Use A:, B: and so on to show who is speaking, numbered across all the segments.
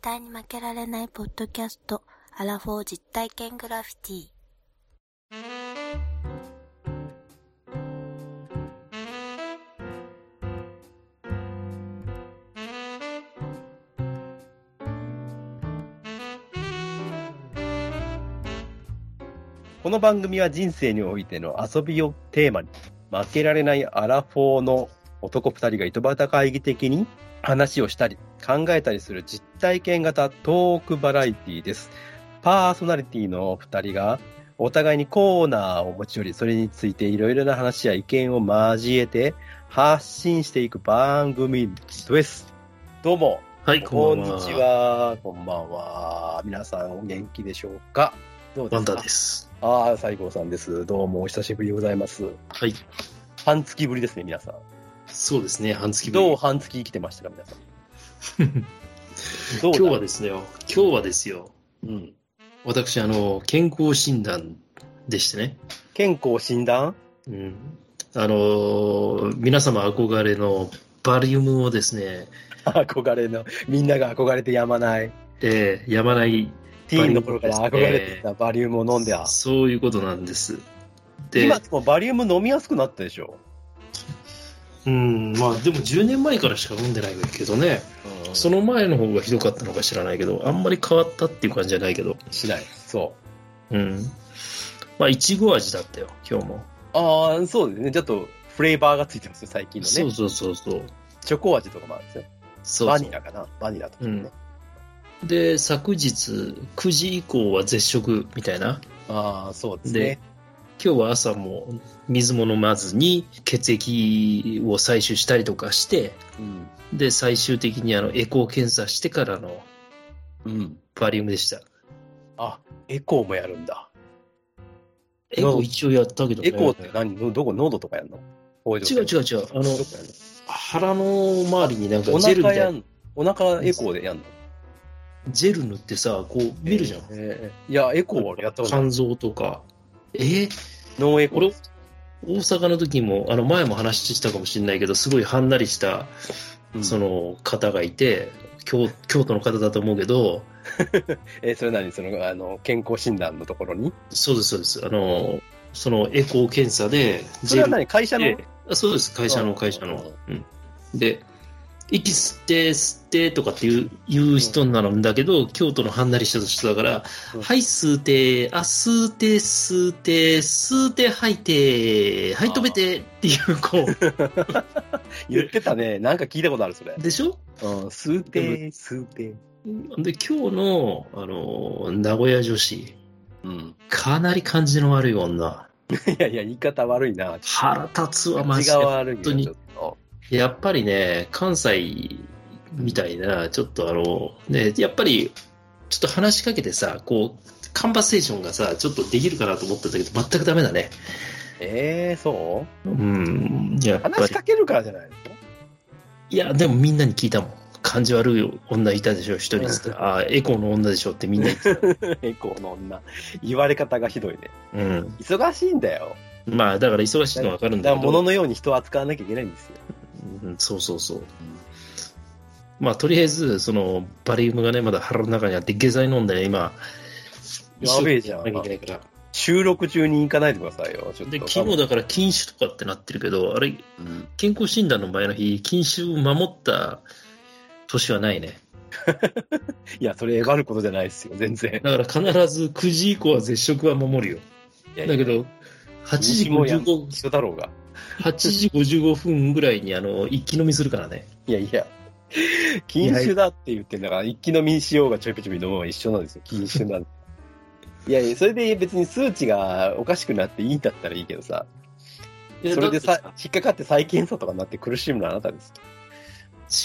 A: 対に負けられないポッドキャスト、アラフォー実体験グラフィティ。
B: この番組は人生においての遊びをテーマに、負けられないアラフォーの男2人が糸端会議的に話をしたり、考えたりする実体験型トークバラエティです。パーソナリティの2人が、お互いにコーナーを持ち寄り、それについていろいろな話や意見を交えて発信していく番組です。どうも、
C: はい、
B: こ
C: こん
B: ん
C: ばんは。
B: にち。は。こんばんは。皆さんお元気でしょうかどうで
C: ワ
B: す
C: ン
B: か
C: ダーです。
B: ああ、西郷さんです。どうもお久しぶりでございます。
C: はい、
B: 半月ぶりですね、皆さん。
C: そうですね、半月ぶり
B: どう半月生きてましたか、皆さん。どう だ
C: 今日はですね、今日はですよ、
B: うん、
C: 私、あの、健康診断でしてね、
B: 健康診断
C: うん、あの、皆様憧れのバリウムをですね、
B: 憧れの、みんなが憧れてやまない、
C: えーやまない、
B: ティーンの頃から憧れていたバリウムを飲んでは。
C: そういうことなんです。で
B: 今、でもバリウム飲みやすくなったでしょ。
C: うん、まあ、でも10年前からしか飲んでないけどね、その前の方がひどかったのか知らないけど、あんまり変わったっていう感じじゃないけど、
B: しない。そ
C: うん。まあ、いちご味だったよ、今日も。
B: う。ああ、そうですね。ちょっとフレーバーがついてますよ、最近のね。
C: そうそうそうそう。
B: チョコ味とかもあるんですよ。
C: そう
B: バニラかな。バニラとかね。
C: うんで、昨日9時以降は絶食みたいな。
B: ああ、そうですね
C: で。、今日は朝も水も飲まずに血液を採取したりとかして、
B: うん。
C: で、最終的にあのエコー検査してからの
B: うん。
C: バリウムでした。
B: あ、エコーもやるんだ。
C: エコー一応やったけど、ね、
B: エコーって何のどこ喉とかやんの
C: 違う違う違う。あの、腹の周りになんか
B: お
C: ジェルみ
B: 腹
C: た
B: や
C: いな、
B: んお腹エコーでやんの
C: ジェル塗ってさ、こう見るじゃん。
B: えーいや、エコーはやったことない。
C: 肝臓とか。えー
B: ノンエコー
C: 俺。大阪の時もあの前も話したかもしれないけどすごいはんなりした
B: うん
C: そ、の方がいて、京京都の方だと思うけど
B: えーそれ何その、あの、健康診断のところに
C: そうですそうですあのそのエコー検査で
B: それは
C: ジェル
B: 何会社の
C: であそうです会社
B: うん
C: の会社の、うん、で息吸って吸ってとかっていう言う人なんだけど京都のはんなりした人だから、
B: うん
C: はい吸うてあ吸うて吸うて吸うて吐いてはい止めてっていうこう
B: 言ってたね。なんか聞いたことある、それ。
C: でしょ
B: うん、数定、数定。
C: で、今日の、あの、名古屋女子、
B: うん。
C: かなり感じの悪い女。
B: いやいや、言い方悪いな。
C: 腹立つわ、マ
B: 口
C: ジ
B: が
C: で。
B: 悪いよ
C: 本当に
B: ちょっと
C: やっぱりね、関西みたいな、ちょっとあの、ね、やっぱり、ちょっと話しかけてさ、こう、カンバセーションがさ、ちょっとできるかなと思ってたけど、全くダメだね。
B: えー、そう
C: うん、やっぱ
B: 話し
C: り。
B: かけるからじゃないの
C: いや、でもみんなに聞いたもん。感じ悪い女いたでしょ、一人っつって。あーエコーの女でしょってみんな言ってた。
B: エコーの女。言われ方がひどいね。
C: うん。
B: 忙しいんだよ。
C: まあ、だから忙しいのはわかるん
B: だ
C: だけ
B: から
C: ど。
B: 物のように人を扱わなきゃいけないんですよ。
C: うん、そうそうそう。まあ、とりあえず、その、バリウムがね、まだ腹の中にあって、下剤飲んでね、今、
B: やべえじゃん
C: 一生懸命やらなきゃいけないか
B: 収録中に行かないでくださいよ。ちょ
C: ら。
B: っ
C: で、
B: と。
C: 昨日だから禁酒とかってなってるけど、あれ、
B: うん
C: 健康診断の前の日、禁酒を守った年はないね。
B: いや、それ、えばることじゃないですよ、全然。
C: だから必ず9時以降は絶食は守るよ。だけど、8時
B: もやん
C: 55、
B: 一緒だろうが。
C: 8時55分ぐらいに、あの、一気飲みするからね。
B: いやいや、禁酒だって言ってんだから、一気飲みしようがちょびちょび飲もうが一緒なんですよ、禁酒 なんて。いやいや、それで別に数値がおかしくなっていいんだったらいいけどさ、それでさ、引っかかって再検査とかになって苦しむのはあなたです。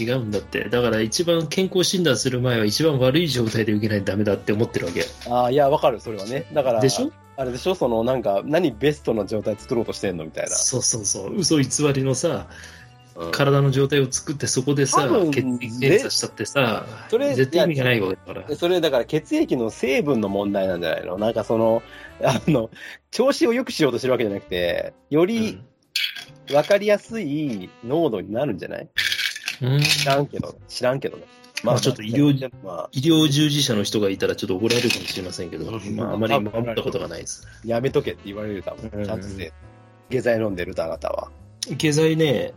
C: 違うんだって。だから一番健康診断する前は一番悪い状態で受けないとダメだって思ってるわけ。
B: ああ、いや、わかる、それはね。だから、
C: でしょ
B: あれでしょその、なんか、何ベストな状態作ろうとしてんのみたいな。
C: そうそうそう。嘘偽りのさ、
B: うん
C: 体の状態を作ってそこでさ
B: 多分、
C: 血液検査したってさ、
B: それ
C: 絶対意味がないわけだから。
B: それだから血液の成分の問題なんじゃないのなんかその、 あの、調子を良くしようとしてるわけじゃなくて、より分かりやすい濃度になるんじゃない、
C: うん、うん
B: 知らんけど、知らんけどね。
C: まあちょっと医療
B: じゃ、まあ、
C: 医療従事者の人がいたらちょっと怒られるかもしれませんけど、
B: うん
C: まあ、あまり守ったことがないです。
B: やめとけって言われるだも
C: うん
B: ん。ちゃんとせ。下剤飲んでるとあなたは。
C: 下剤ね、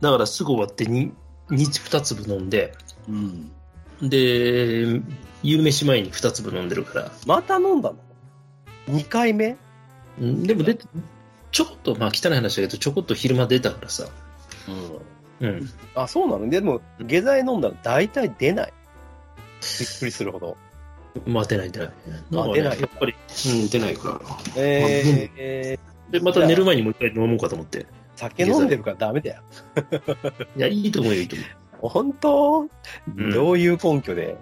C: だからすぐ終わってに日2粒飲んで、
B: うん。
C: で、夕飯前に2粒飲んでるから、
B: また飲んだの ?2 回目
C: うんでも出て、ちょこっと、まあ汚い話だけど、ちょこっと昼間出たからさ、
B: うん。
C: うん。
B: あ、そうなのでも、下剤飲んだら大体出ない。びっくりするほど。
C: まあ出ない出ない。
B: まあ
C: んかね
B: 出ない
C: やっぱり、うん、出ないから。
B: えーえー
C: で、また寝る前にもう一回飲もうかと思って。
B: 酒飲んでるからダメだよ。
C: いや、いいと思うよ、いいと思う。
B: 本当、
C: うん
B: どういう根拠で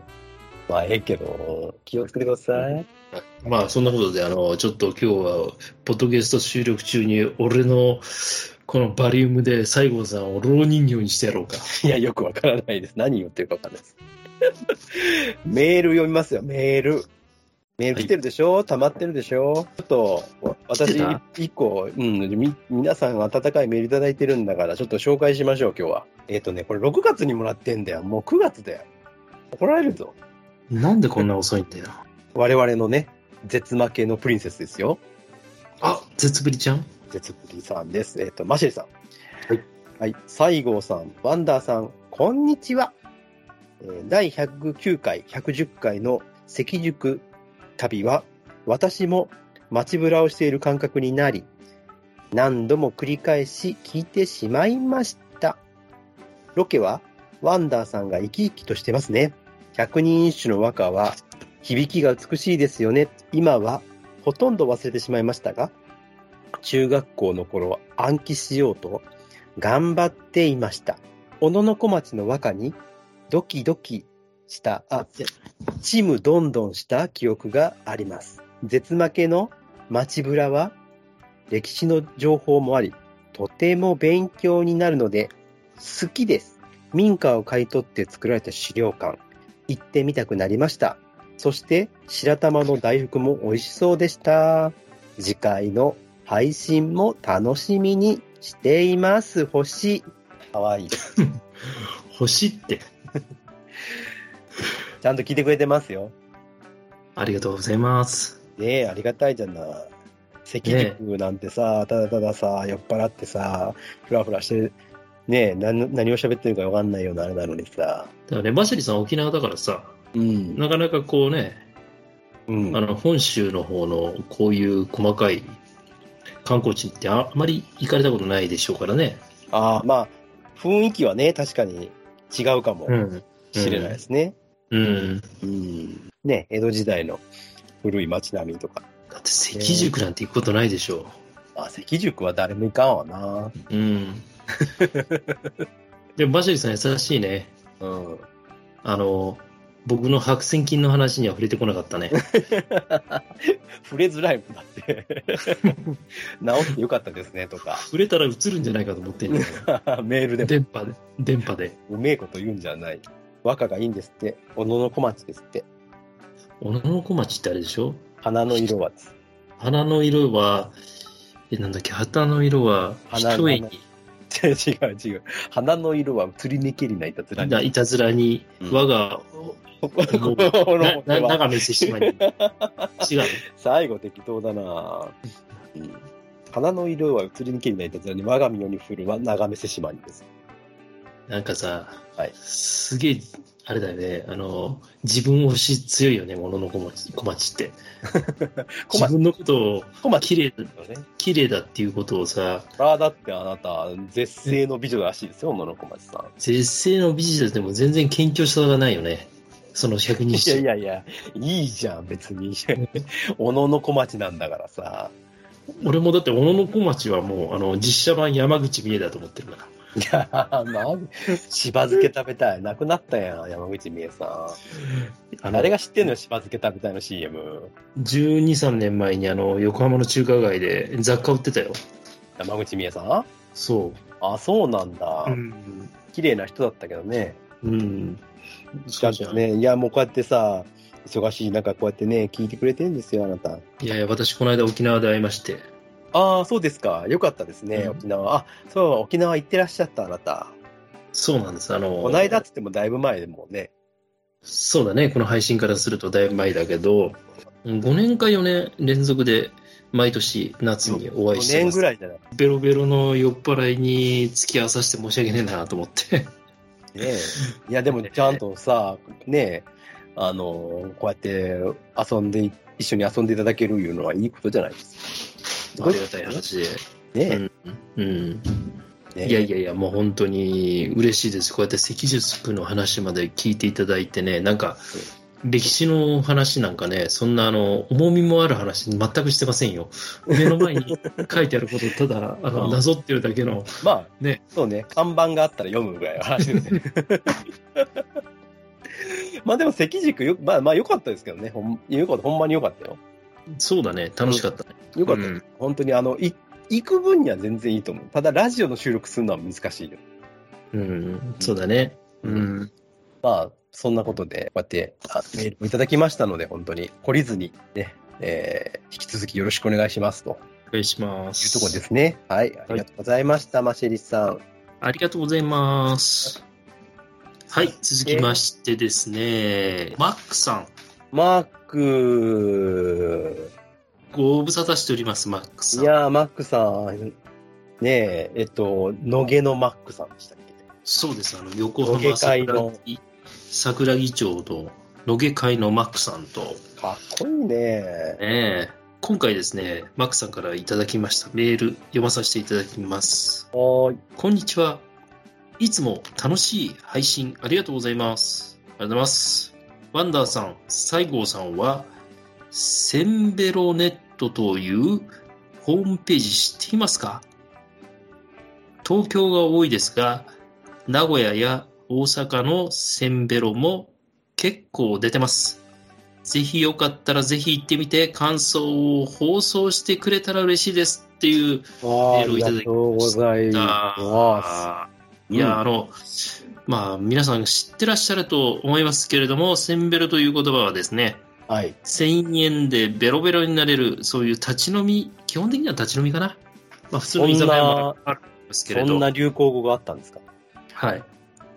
B: まあ、ええけど、気をつけてください。
C: まあそんなことであのちょっと今日はポッドキャスト収録中に俺のこのバリウムで西郷さんを老人形にしてやろうか
B: いや、よくわからないです。何言ってるかわかんないです。メール読みますよ、メール。メール来てるでしょ、溜まってるでしょちょっと、
C: 来
B: 私
C: てた、
B: 一個、うん、み、皆さん温かいメールいただいてるんだから、ちょっと紹介しましょう、今日は。えっ、とね、これ6月にもらってんだよ。もう9月だよ。怒られるぞ。
C: なんでこんな遅いんだよ
B: 我々のね、絶負けのプリンセスですよ。
C: あ絶ぶりちゃん
B: 絶ぶりさんです。えっ、と、マシェルさん。
C: はい。
B: はい。西郷さん、ワンダーさん、こんにちは。えー第109回、110回の赤塾旅は、私も街ぶらをしている感覚になり、何度も繰り返し聞いてしまいました。ロケは、ワンダーさんが生き生きとしてますね。百人一首の和歌は、響きが美しいですよね。今は、ほとんど忘れてしまいましたが、中学校の頃暗記しようと頑張っていました。小野小町の和歌にドキドキした、あ、じゃチームどんどんした記憶があります。絶負けの街ぶらは歴史の情報もあり、とても勉強になるので好きです。民家を買い取って作られた資料館、行ってみたくなりました。そして白玉の大福も美味しそうでした。次回の配信も楽しみにしています。星。かわいい。ち
C: 欲しいって
B: ゃんと聞いてくれてますよ。
C: ありがとうございます
B: ねえ、ありがたいじゃない。赤塾なんてさ、ただたださ、酔っ払ってさ、ふらふらして、ねえ、何何を喋ってるかわかんないようなあれなのにさ。
C: だからねマシリさん沖縄だからさ
B: うん。
C: なかなかこうね
B: うん、
C: あの本州の方のこういう細かい観光地ってああまり行かれたことないでしょうからね
B: ああ、まあ、雰囲気はね、確かに違うかも
C: ん
B: しれないですね。
C: うん
B: うん。ねえ江戸時代の古い街並みとか。
C: だって赤塾なんて行くことないでしょ
B: あ、赤塾は誰も行かんわな。
C: う。 うん。でも、バシリさん優しいね。
B: うん。
C: あの、僕の白癬菌の話には触れてこなかったね。
B: 触れづらいもんだって。 治ってよかったですねとか、
C: 触れたら映るんじゃないかと思ってんのよ
B: メールでも
C: 電波で、電波で。
B: うめえこと言うんじゃない。和歌がいいんですって、小野小町ですって、
C: 小野小町ってあれでしょ
B: 花の色はです
C: 花の色は、え、なんだっけ、旗の色は、
B: 花
C: 一重に、
B: 違う違う。花の色は釣りにけりないたずらに。
C: いたずらに、
B: うん
C: 我が、 思う
B: 心の
C: な
B: 表
C: な
B: は
C: 長めせしまに。違う。
B: 最後適当だな、うん、花の色は釣りにけりないたずらに我が身をに降るは眺めせしまにです。
C: なんかさ、
B: はい
C: すげえ、あれだよね、あの、自分推し強いよね、ものの小町小町って。
B: 小
C: 自
B: 町、
C: 分のことを
B: 小町
C: 綺麗だ、
B: ですよね。
C: 綺麗だっていうことをさ、
B: ああ、だってあなた、絶世の美女らしいですよ、小野小町さん。
C: 絶世の美人でも全然謙虚さがないよね。その百
B: いやい
C: 人一
B: やいや、いいじゃん、別に。 おのの小町なんだからさ。
C: 首。俺もだって、小野の小町はもう、あの、実写版山口美恵だと思ってるから。
B: いや、なんしば漬け食べたい。なくなったやん、山口美恵さ
C: あ
B: ん。
C: の
B: 誰が知ってんのよ、しば漬け食べたいの CM。
C: 12、3年前にあの、横浜の中華街で雑貨売ってたよ。
B: 山口美恵さん
C: そ
B: あ、そうなんだ
C: う。。ん。
B: 綺麗な人だったけどね。
C: うん。
B: ちゃんとね、いや、もうこうやってさ、忙しい中、こうやってね、聞いてくれてるんですよ、あなた。
C: いやいや、私、この間沖縄で会いまして。
B: ああ、そうですか。よかったですね、
C: うん
B: 沖縄。あ、そう、沖縄行ってらっしゃった、あなた。
C: そうなんです。あの、
B: こないだっつってもだいぶ前でもうね、
C: そうだね、この配信からするとだいぶ前だけど、5年か4年連続で毎年夏にお
B: 5
C: 会いして
B: 年
C: ます。
B: ぐらいじゃないね
C: ベロベロの酔っ払いに付き合わさせて申し訳ねえなと思って。
B: え。いや、でもちゃんとさ、ねえ、あの、こうやって遊んで、一緒に遊んでいただけるいうのはいいことじゃないですか。
C: ありがたい話で。
B: ねえ。
C: うん。
B: ねえ
C: いやいやいや、もう本当に嬉しいです。こうやって赤術区の話まで聞いていただいてね、なんか、歴史の話なんかね、そんなあの、重みもある話全くしてませんよ。目の前に書いてあること、ただ、あ
B: う
C: の、
B: ん
C: なぞってるだけの。
B: まあ、
C: ね
B: そうね、看板があったら読むぐらいの話です ね。まあでも、関軸よ、まあまあ良かったですけどね、ほんよかったほんまに良かったよ。
C: そうだね、楽しかったね。
B: 良かった、
C: うん
B: 本当に、あの、い行く分には全然いいと思う。ただ、ラジオの収録するのは難しいよ。
C: うん、そうだね。うん。
B: まあ、そんなことで、こうやってあメールをいただきましたので、本当に、懲りずにね、えー引き続きよろしくお願いしますとい
C: お願いします。
B: うところですね。はい、ありがとうございました、マシェリさん。
C: ありがとうございます。はい、続きましてですね、マックさん。
B: マーク、
C: ご無沙汰しております、マックさ
B: い
C: ん。
B: やー、マックさん、ねえ、えっと、野毛のマックさんでしたっけ
C: そうです、あの、横
B: 野毛
C: 浜
B: 会
C: 桜
B: の
C: 木桜木町と、野毛会のマックさんと、
B: かっこいいね。
C: ねえ今回ですね、マックさんからいただきましたメール、読まさせていただきます。
B: おーい
C: こんにちは。いつも楽しい配信ありがとうございます。ありがとうございます。ワンダーさん、西郷さんは、センベロネットというホームページ知っていますか東京が多いですが、名古屋や大阪のセンベロも結構出てます。ぜひよかったらぜひ行ってみて感想を放送してくれたら嬉しいですっていう
B: あ
C: メールを
B: ー
C: いた
B: あ
C: だ
B: りが
C: き
B: とうございます。
C: あーいや、
B: うん
C: あの、まあ、皆さん知ってらっしゃると思いますけれども、センベロという言葉はですね、
B: はい。
C: 1000円でベロベロになれる、そういう立ち飲み、基本的には立ち飲みかな。まあ、普通の居酒屋もあるんですけれ
B: そ
C: ど。
B: んな流行語があったんですか
C: はい。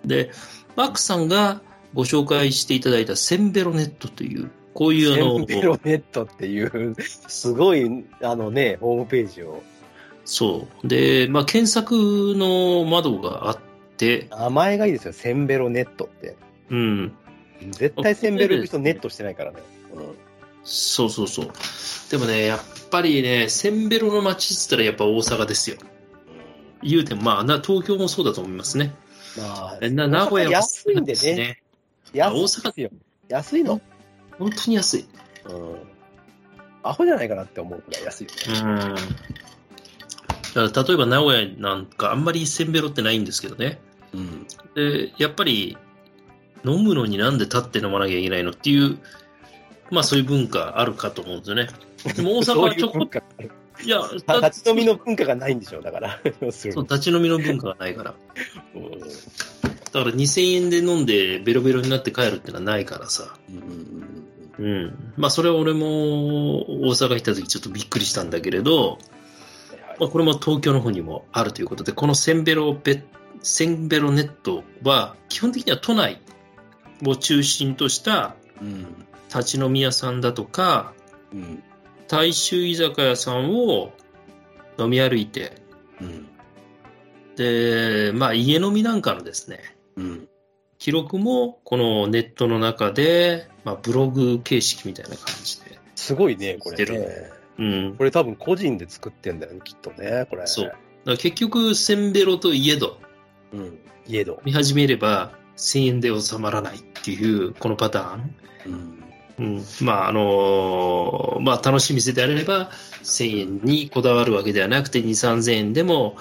C: で、マックさんがご紹介していただいたセンベロネットという、こういうあ
B: セ
C: の
B: ン、ベロネットっていう、すごい、あのね、ホームページを。
C: そう。で、まあ、検索の窓があって、
B: 名前がいいですよ、センベロネットって。
C: うん。
B: 絶対センベロ行く人ネットしてないからね。うん
C: そうそうそう。でもね、やっぱりね、センベロの街っつったらやっぱ大阪ですよ。言うても、まあ、な東京もそうだと思いますね。
B: まあ、
C: な名古屋も
B: 安いんでね
C: そうなです。
B: 安
C: 大阪
B: いですよ。安いの。
C: 本当に安い。
B: うん。アホじゃないかなって思うくらい安いよね。
C: うん。だから例えば名古屋なんかあんまりセンベロってないんですけどね。
B: うん。
C: で、やっぱり飲むのになんで立って飲まなきゃいけないのっていう、まあそういう文化あるかと思うんですよね。でも大阪
B: そう
C: はいちょ
B: う
C: こ
B: 文、化。
C: いや、
B: た
C: だ
B: 立ち飲みの文化がないんでしょう、だから。要する
C: そう
B: に
C: 立ち飲みの文化がないから。
B: うん
C: だから2000円で飲んでベロベロになって帰るってのはないからさ。
B: うん
C: うん。まあそれは俺も大阪行った時ちょっとびっくりしたんだけれど、まあこれも東京の方にもあるということで、このセンベロベ、センベロネットは基本的には都内を中心とした
B: うん
C: 立ち飲み屋さんだとか、
B: うん
C: 大衆居酒屋さんを飲み歩いて、
B: うん
C: で、まあ家飲みなんかのですね、
B: うん
C: 記録もこのネットの中で、まあ、ブログ形式みたいな感じで、
B: すごいね、これ
C: 知って
B: ね。
C: うん、だか
B: これ多分個人で作ってんだよね、きっとね、これ。
C: そう。ら結局センベロといえど
B: うん。家ど。
C: 見始めれば1000円で収まらないっていうこのパターン、
B: うん。
C: うん、まああのーまあ楽しい店であれば1000円にこだわるわけではなくて2 3 0円でも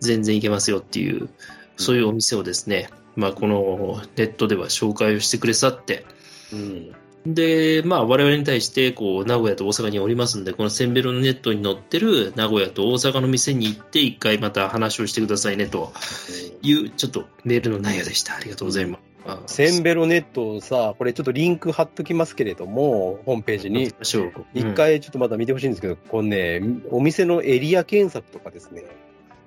C: 全然いけますよっていうそういうお店をですね、まあ、このネットでは紹介をしてくれさって
B: うん。
C: で、まあ、我々に対して、こう、名古屋と大阪におりますんで、このセンベロのネットに載ってる名古屋と大阪の店に行って、一回また話をしてくださいね、という、ちょっとメールの内容でした。ありがとうございます。
B: センベロネットをさ、これちょっとリンク貼っときますけれども、ホームページに。
C: ましょう。
B: 一回ちょっとまだ見てほしいんですけど、このね、お店のエリア検索とかですね、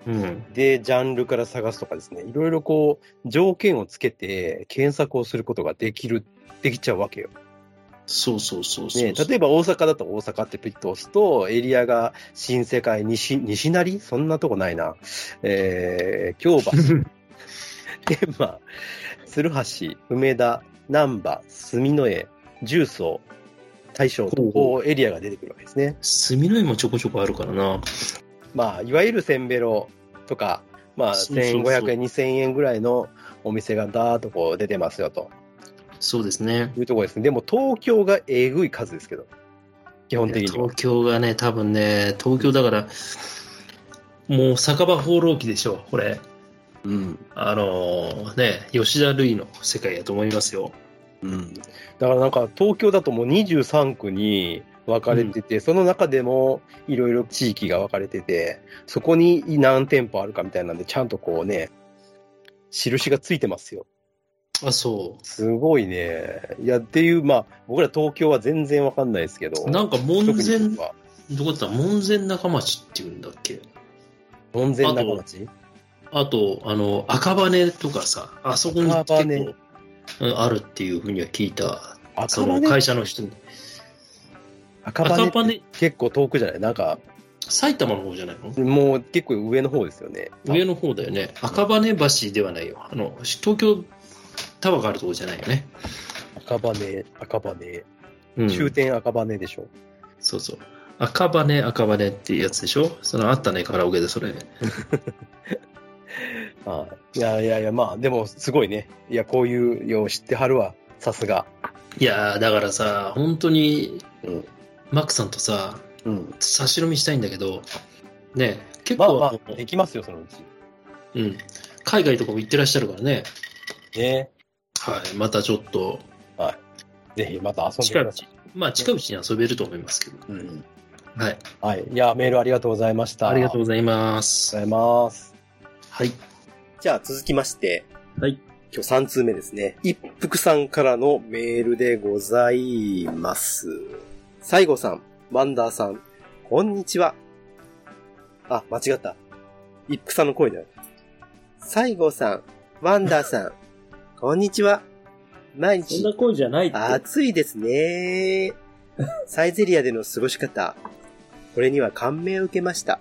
C: うん。
D: で、ジャンルから探すとかですね、いろいろこう、条件をつけて検索をすることができる、できちゃうわけよ。
C: そうそうそうそう。
D: ね、例えば大阪だと大阪ってピッと押すと、エリアが新世界、西、西成そんなとこないな。えー、京橋、天満、鶴橋、梅田、難波、住之江、重曹、大正
C: ほ
D: と
C: うほう
D: こうエリアが出てくるわけですね。
C: 墨の絵もちょこちょこあるからな。
D: まあ、いわゆるせんべろとか、まあ、
C: そうそうそう
D: 1500円、2000円ぐらいのお店がだーっとこう出てますよと
C: そうですね。
D: いうところですね。でも東京がえぐい数ですけど、基本的には
C: 東。京がね、多分ね、東京だから、もう酒場放浪記でしょ、これ。
D: うん。
C: あのーね、吉田類の世界やと思いますよ。
D: うん、だからなんか東京だともう23区に分かれてて、その中でもいろいろ地域が分かれててそこに何店舗あるかみたいなんでちゃんとこうね印がついてますよ
C: あ、そ
D: すごいねいやっていうまあ僕ら東京は全然分かんないですけど
C: う。なんか門
D: 特
C: 前、
D: に
C: ど
D: は
C: こだった門前仲町っていうんだっけ
D: 門前仲町
C: あと、あの、赤羽とかさ、あそこに結構
D: 赤羽
C: うんあるっていうふうには聞いた。
D: 赤
C: その
D: 羽
C: 会社の人に。
D: 赤
C: 赤
D: 羽
C: 羽、
D: 結構遠くじゃないなんか
C: 埼玉の方じゃないの
D: もう結構上の方ですよね
C: 上の方だよね。赤羽橋ではないよ。あの、東京タワーがあるとこじゃないよね。
D: 赤羽赤羽
C: うん
D: 終点赤羽でしょ、
C: そうそう。赤羽、赤羽っていうやつでしょそのあったね、カラオケでそれ。
D: はい、いやいやいや、まあ、でもすごいね。いや、こういうよう知ってはるわ、さすが。
C: いやー、だからさ、本当に、
D: うん
C: マックさんとさ、
D: うん。
C: 差し飲みしたいんだけど、ね、結
D: まあ
C: 構、
D: まあ、できますよ、そのうち。
C: うん、海外とかも行ってらっしゃるからね。
D: ね。
C: はい、またちょっと、
D: ぜひまた遊んで
C: 近
D: く
C: 道
D: ださい。、
C: まあ近道に遊べると思いますけど。
D: うん。
C: はい、
D: はい。いや、メールありがとうございました。
C: ありがとう
D: う
C: ございます。
D: ございます。
C: はい。
D: じゃあ、続きまして、
C: はい。
D: 今日3通目ですね。一服さんからのメールでございます。西郷さん、ワンダーさん、こんにちは。あ、間違った。一服さんの声だよ。西郷さん、ワンダーさん、こんにちは。毎
C: そん
D: 日
C: な声じゃないって。
D: 暑いですね。サイゼリアでの過ごし方。これには感銘を受けました。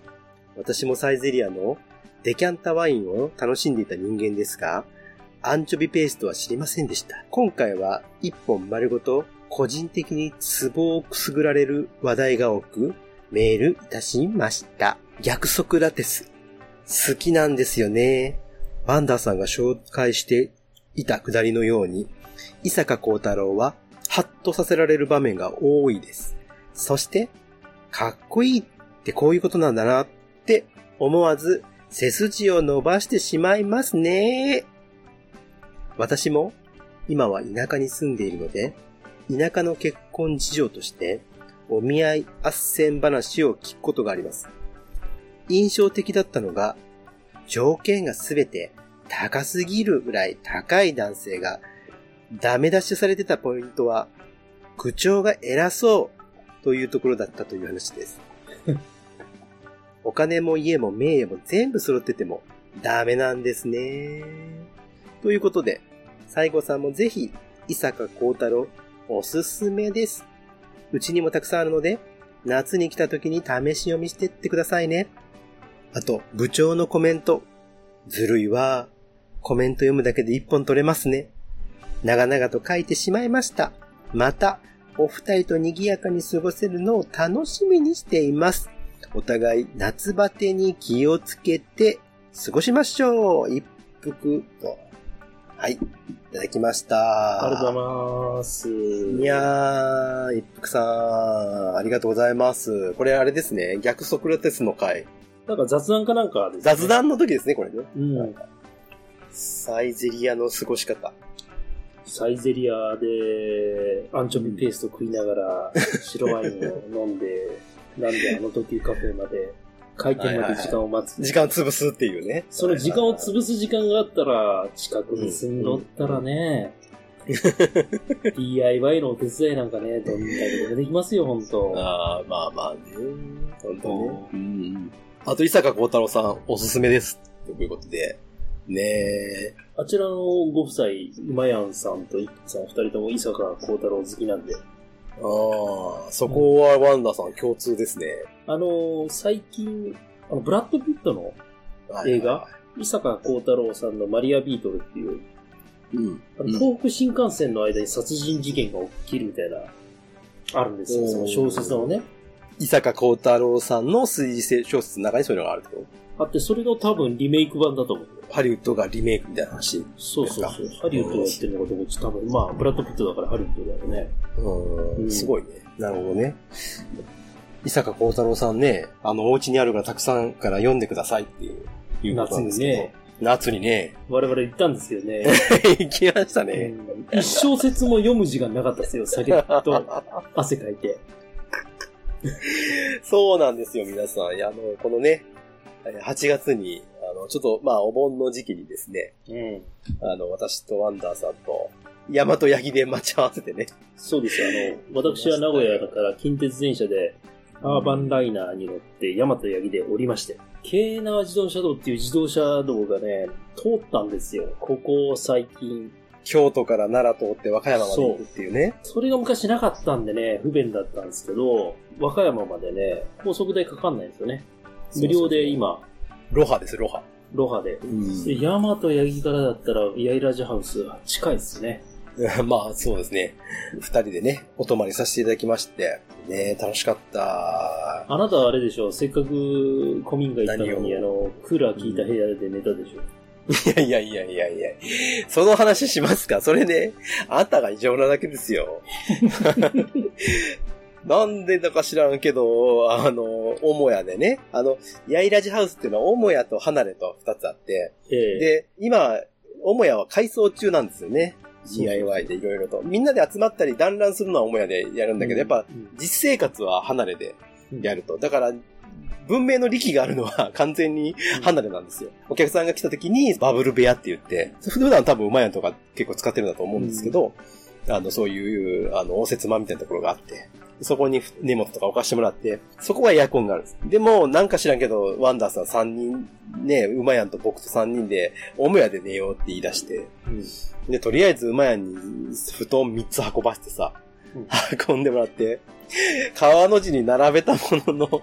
D: 私もサイゼリアのデキャンタワインを楽しんでいた人間ですが、アンチョビペーストは知りませんでした。今回は一本丸ごと個人的にツボをくすぐられる話題が多く、メールいたしました。逆ソクラテス。好きなんですよね。ワンダーさんが紹介していたくだりのように、伊坂幸太郎は、ハッとさせられる場面が多いです。そして、かっこいいってこういうことなんだなって思わず背筋を伸ばしてしまいますね。私も今は田舎に住んでいるので、田舎の結婚事情として、お見合い斡旋話を聞くことがあります。印象的だったのが、条件がすべて高すぎるぐらい高い男性がダメ出しされてたポイントは、口調が偉そうというところだったという話です。お金も家も名誉も全部揃っててもダメなんですね。ということで、西郷さんもぜひ、伊坂幸太郎おすすめです。うちにもたくさんあるので、夏に来た時に試し読みしてってくださいね。あと、部長のコメント。ずるいわ。コメント読むだけで一本取れますね。長々と書いてしまいました。また、お二人と賑やかに過ごせるのを楽しみにしています。お互い夏バテに気をつけて過ごしましょう。一服と。はい。いただきました。
C: ございます。
D: いやー、一服さん、ありがとうございます。これあれですね、逆ソクラテスの回。
C: なんか雑談かなんかですね
D: 雑談の時ですね、これね。
C: うん。
D: サイゼリアの過ごし方。
C: サイゼリアでアンチョビペースト食いなが ら白ワインを飲んで、なんであの時カフェまで、開店まで時間を待つ。
D: 時間を潰すっていうね。
C: その時間を潰す時間があったら、近くに住んどったらね、DIY のお手伝いなんかね、どんだけでもできますよ、ほんと。
D: あー、まあまあね。本当ね。うん。あと、伊坂幸太郎さん、おすすめです。ということで。ねえ。
E: あちらのご夫妻、マヤンさんとイッツさん、二人とも伊坂幸太郎好きなんで、
D: ああ、そこはワンダさん共通ですね。
E: あのー最近、あの、ブラッド・ピットの
D: はい
E: 映画、伊坂幸太郎さんのマリア・ビートルっていう、
D: うん。
E: あの
D: うん
E: 東北新幹線の間に殺人事件が起きるみたいな、あるんですよ、その小説のね。
D: 伊坂幸太郎さんの推理性小説の中にそういうのがあると。
E: あって、それの多分リメイク版だと思う。
D: ハリウッドがリメイクみたいな話。う
E: そうそうそ
D: で
E: う
D: す。か
E: ハリウッドがやってるのかどうか、多分、まあ、ブラッド・ピットだからハリウッドだよね。
D: ー、
E: うんん
D: すごいね。なるほどね。伊坂幸太郎さんね、あの、お家にあるからたくさんから読んでくださいっていう、いうことなんですけど。夏にね。
E: 我々言ったんですけどね。
D: 行きましたね。
E: うん一小節も読む字がなかったですよ、酒と汗かいて。
D: そうなんですよ、皆さん。いや、あの、このね、8月に、あの、ちょっと、まあ、お盆の時期にですね、
E: うん。
D: あの、私とワンダーさんと、ヤマトヤギで待ち合わせてね。
E: そうですよ、あの、私は名古屋から近鉄電車で、アーバンライナーに乗って、大和八木で降りまして、京奈和自動車道っていう自動車道がね、通ったんですよ、ここ最近。
D: 京都から奈良通って和歌山まで行くっていうね。
E: それが昔なかったんでね、不便だったんですけど、和歌山までね、高速代かかんないんですよね。無料で今、
D: ロハです、ロハ。
E: ロハで。で、大和八木からだったら、ヤイラジハウスは近いですね。
D: まあ、そうですね。二人でね、お泊まりさせていただきまして、ね、楽しかった。
E: あなたはあれでしょせっかく古民家行ったのに、あ
D: 何
E: の、クーラー効いた部屋で寝たでしょ、
D: いやいやいやいやいや。その話しますかそれね、あんたが異常なだけですよ。 なんでだか知らんけど、あの、母屋でね、あの、ヤイラジハウスっていうのは母屋と離れと二つあって、
E: ええ
D: で、今、母屋は改装中なんですよね。
E: そうそう
D: DIY でいろいろと。みんなで集まったり団らんするのは母屋でやるんだけど、やっぱ
E: うん
D: 実生活は離れで
E: うん
D: やると。だから、文明の力があるのは 完全に離れなんですよ。お客さんが来た時にバブル部屋って言って、普段多分馬屋とか結構使ってるんだと思うんですけど、あの、そういう、あの、応接間みたいなところがあって、そこに荷物とか置かしてもらって、そこはエアコンがあるんです。でも、なんか知らんけど、ワンダーさん3人、ね、馬やんと僕と3人で、オムヤで寝ようって言い出して、
E: うん
D: で、とりあえず馬屋に布団3つ運ばせてさ、
E: うん
D: 運んでもらって、川の字に並べたものの、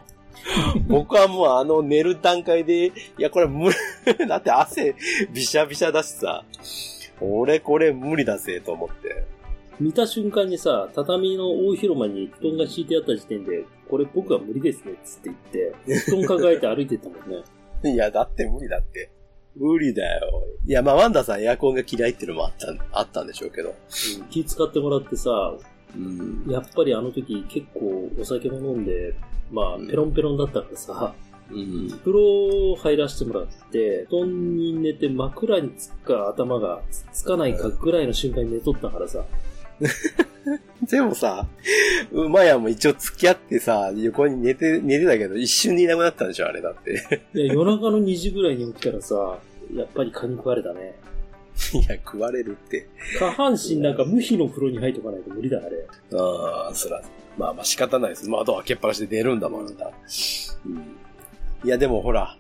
D: 僕はもうあの寝る段階で、いやこれ無理、 だって汗びしゃびしゃだしさ、俺これ無理だぜと思って。
E: 見た瞬間にさ、畳の大広間に布団が敷いてあった時点で、これ僕は無理ですね、つって言って、布団抱えて歩いてったもんね。
D: いや、だって無理だって。無理だよ。いや、まあ、ワンダさんエアコンが嫌いっていうのもあった、あったんでしょうけど。
E: うん気使ってもらってさ、
D: うん。
E: やっぱりあの時結構お酒も飲んで、まあ、ペロンペロンだったからさ、
D: うん。
E: 風呂入らせてもらって、布団に寝て枕につくか頭がつつかないかぐらいの瞬間に寝とったからさ、
D: でもさ、馬やも一応付き合ってさ、横に寝て、寝てたけど、一瞬でいなくなったんでしょ、あれだって。
E: いや夜中の2時ぐらいに起きたらさ、やっぱり蚊に食われたね。
D: いや、食われるって。
E: 下半身なんか無比の風呂に入っとかないと無理だ、あれ。
D: ああ、そら、まあまあ仕方ないです。窓開けっぱなしで寝るんだもん、あなた。うん。いや、でもほら、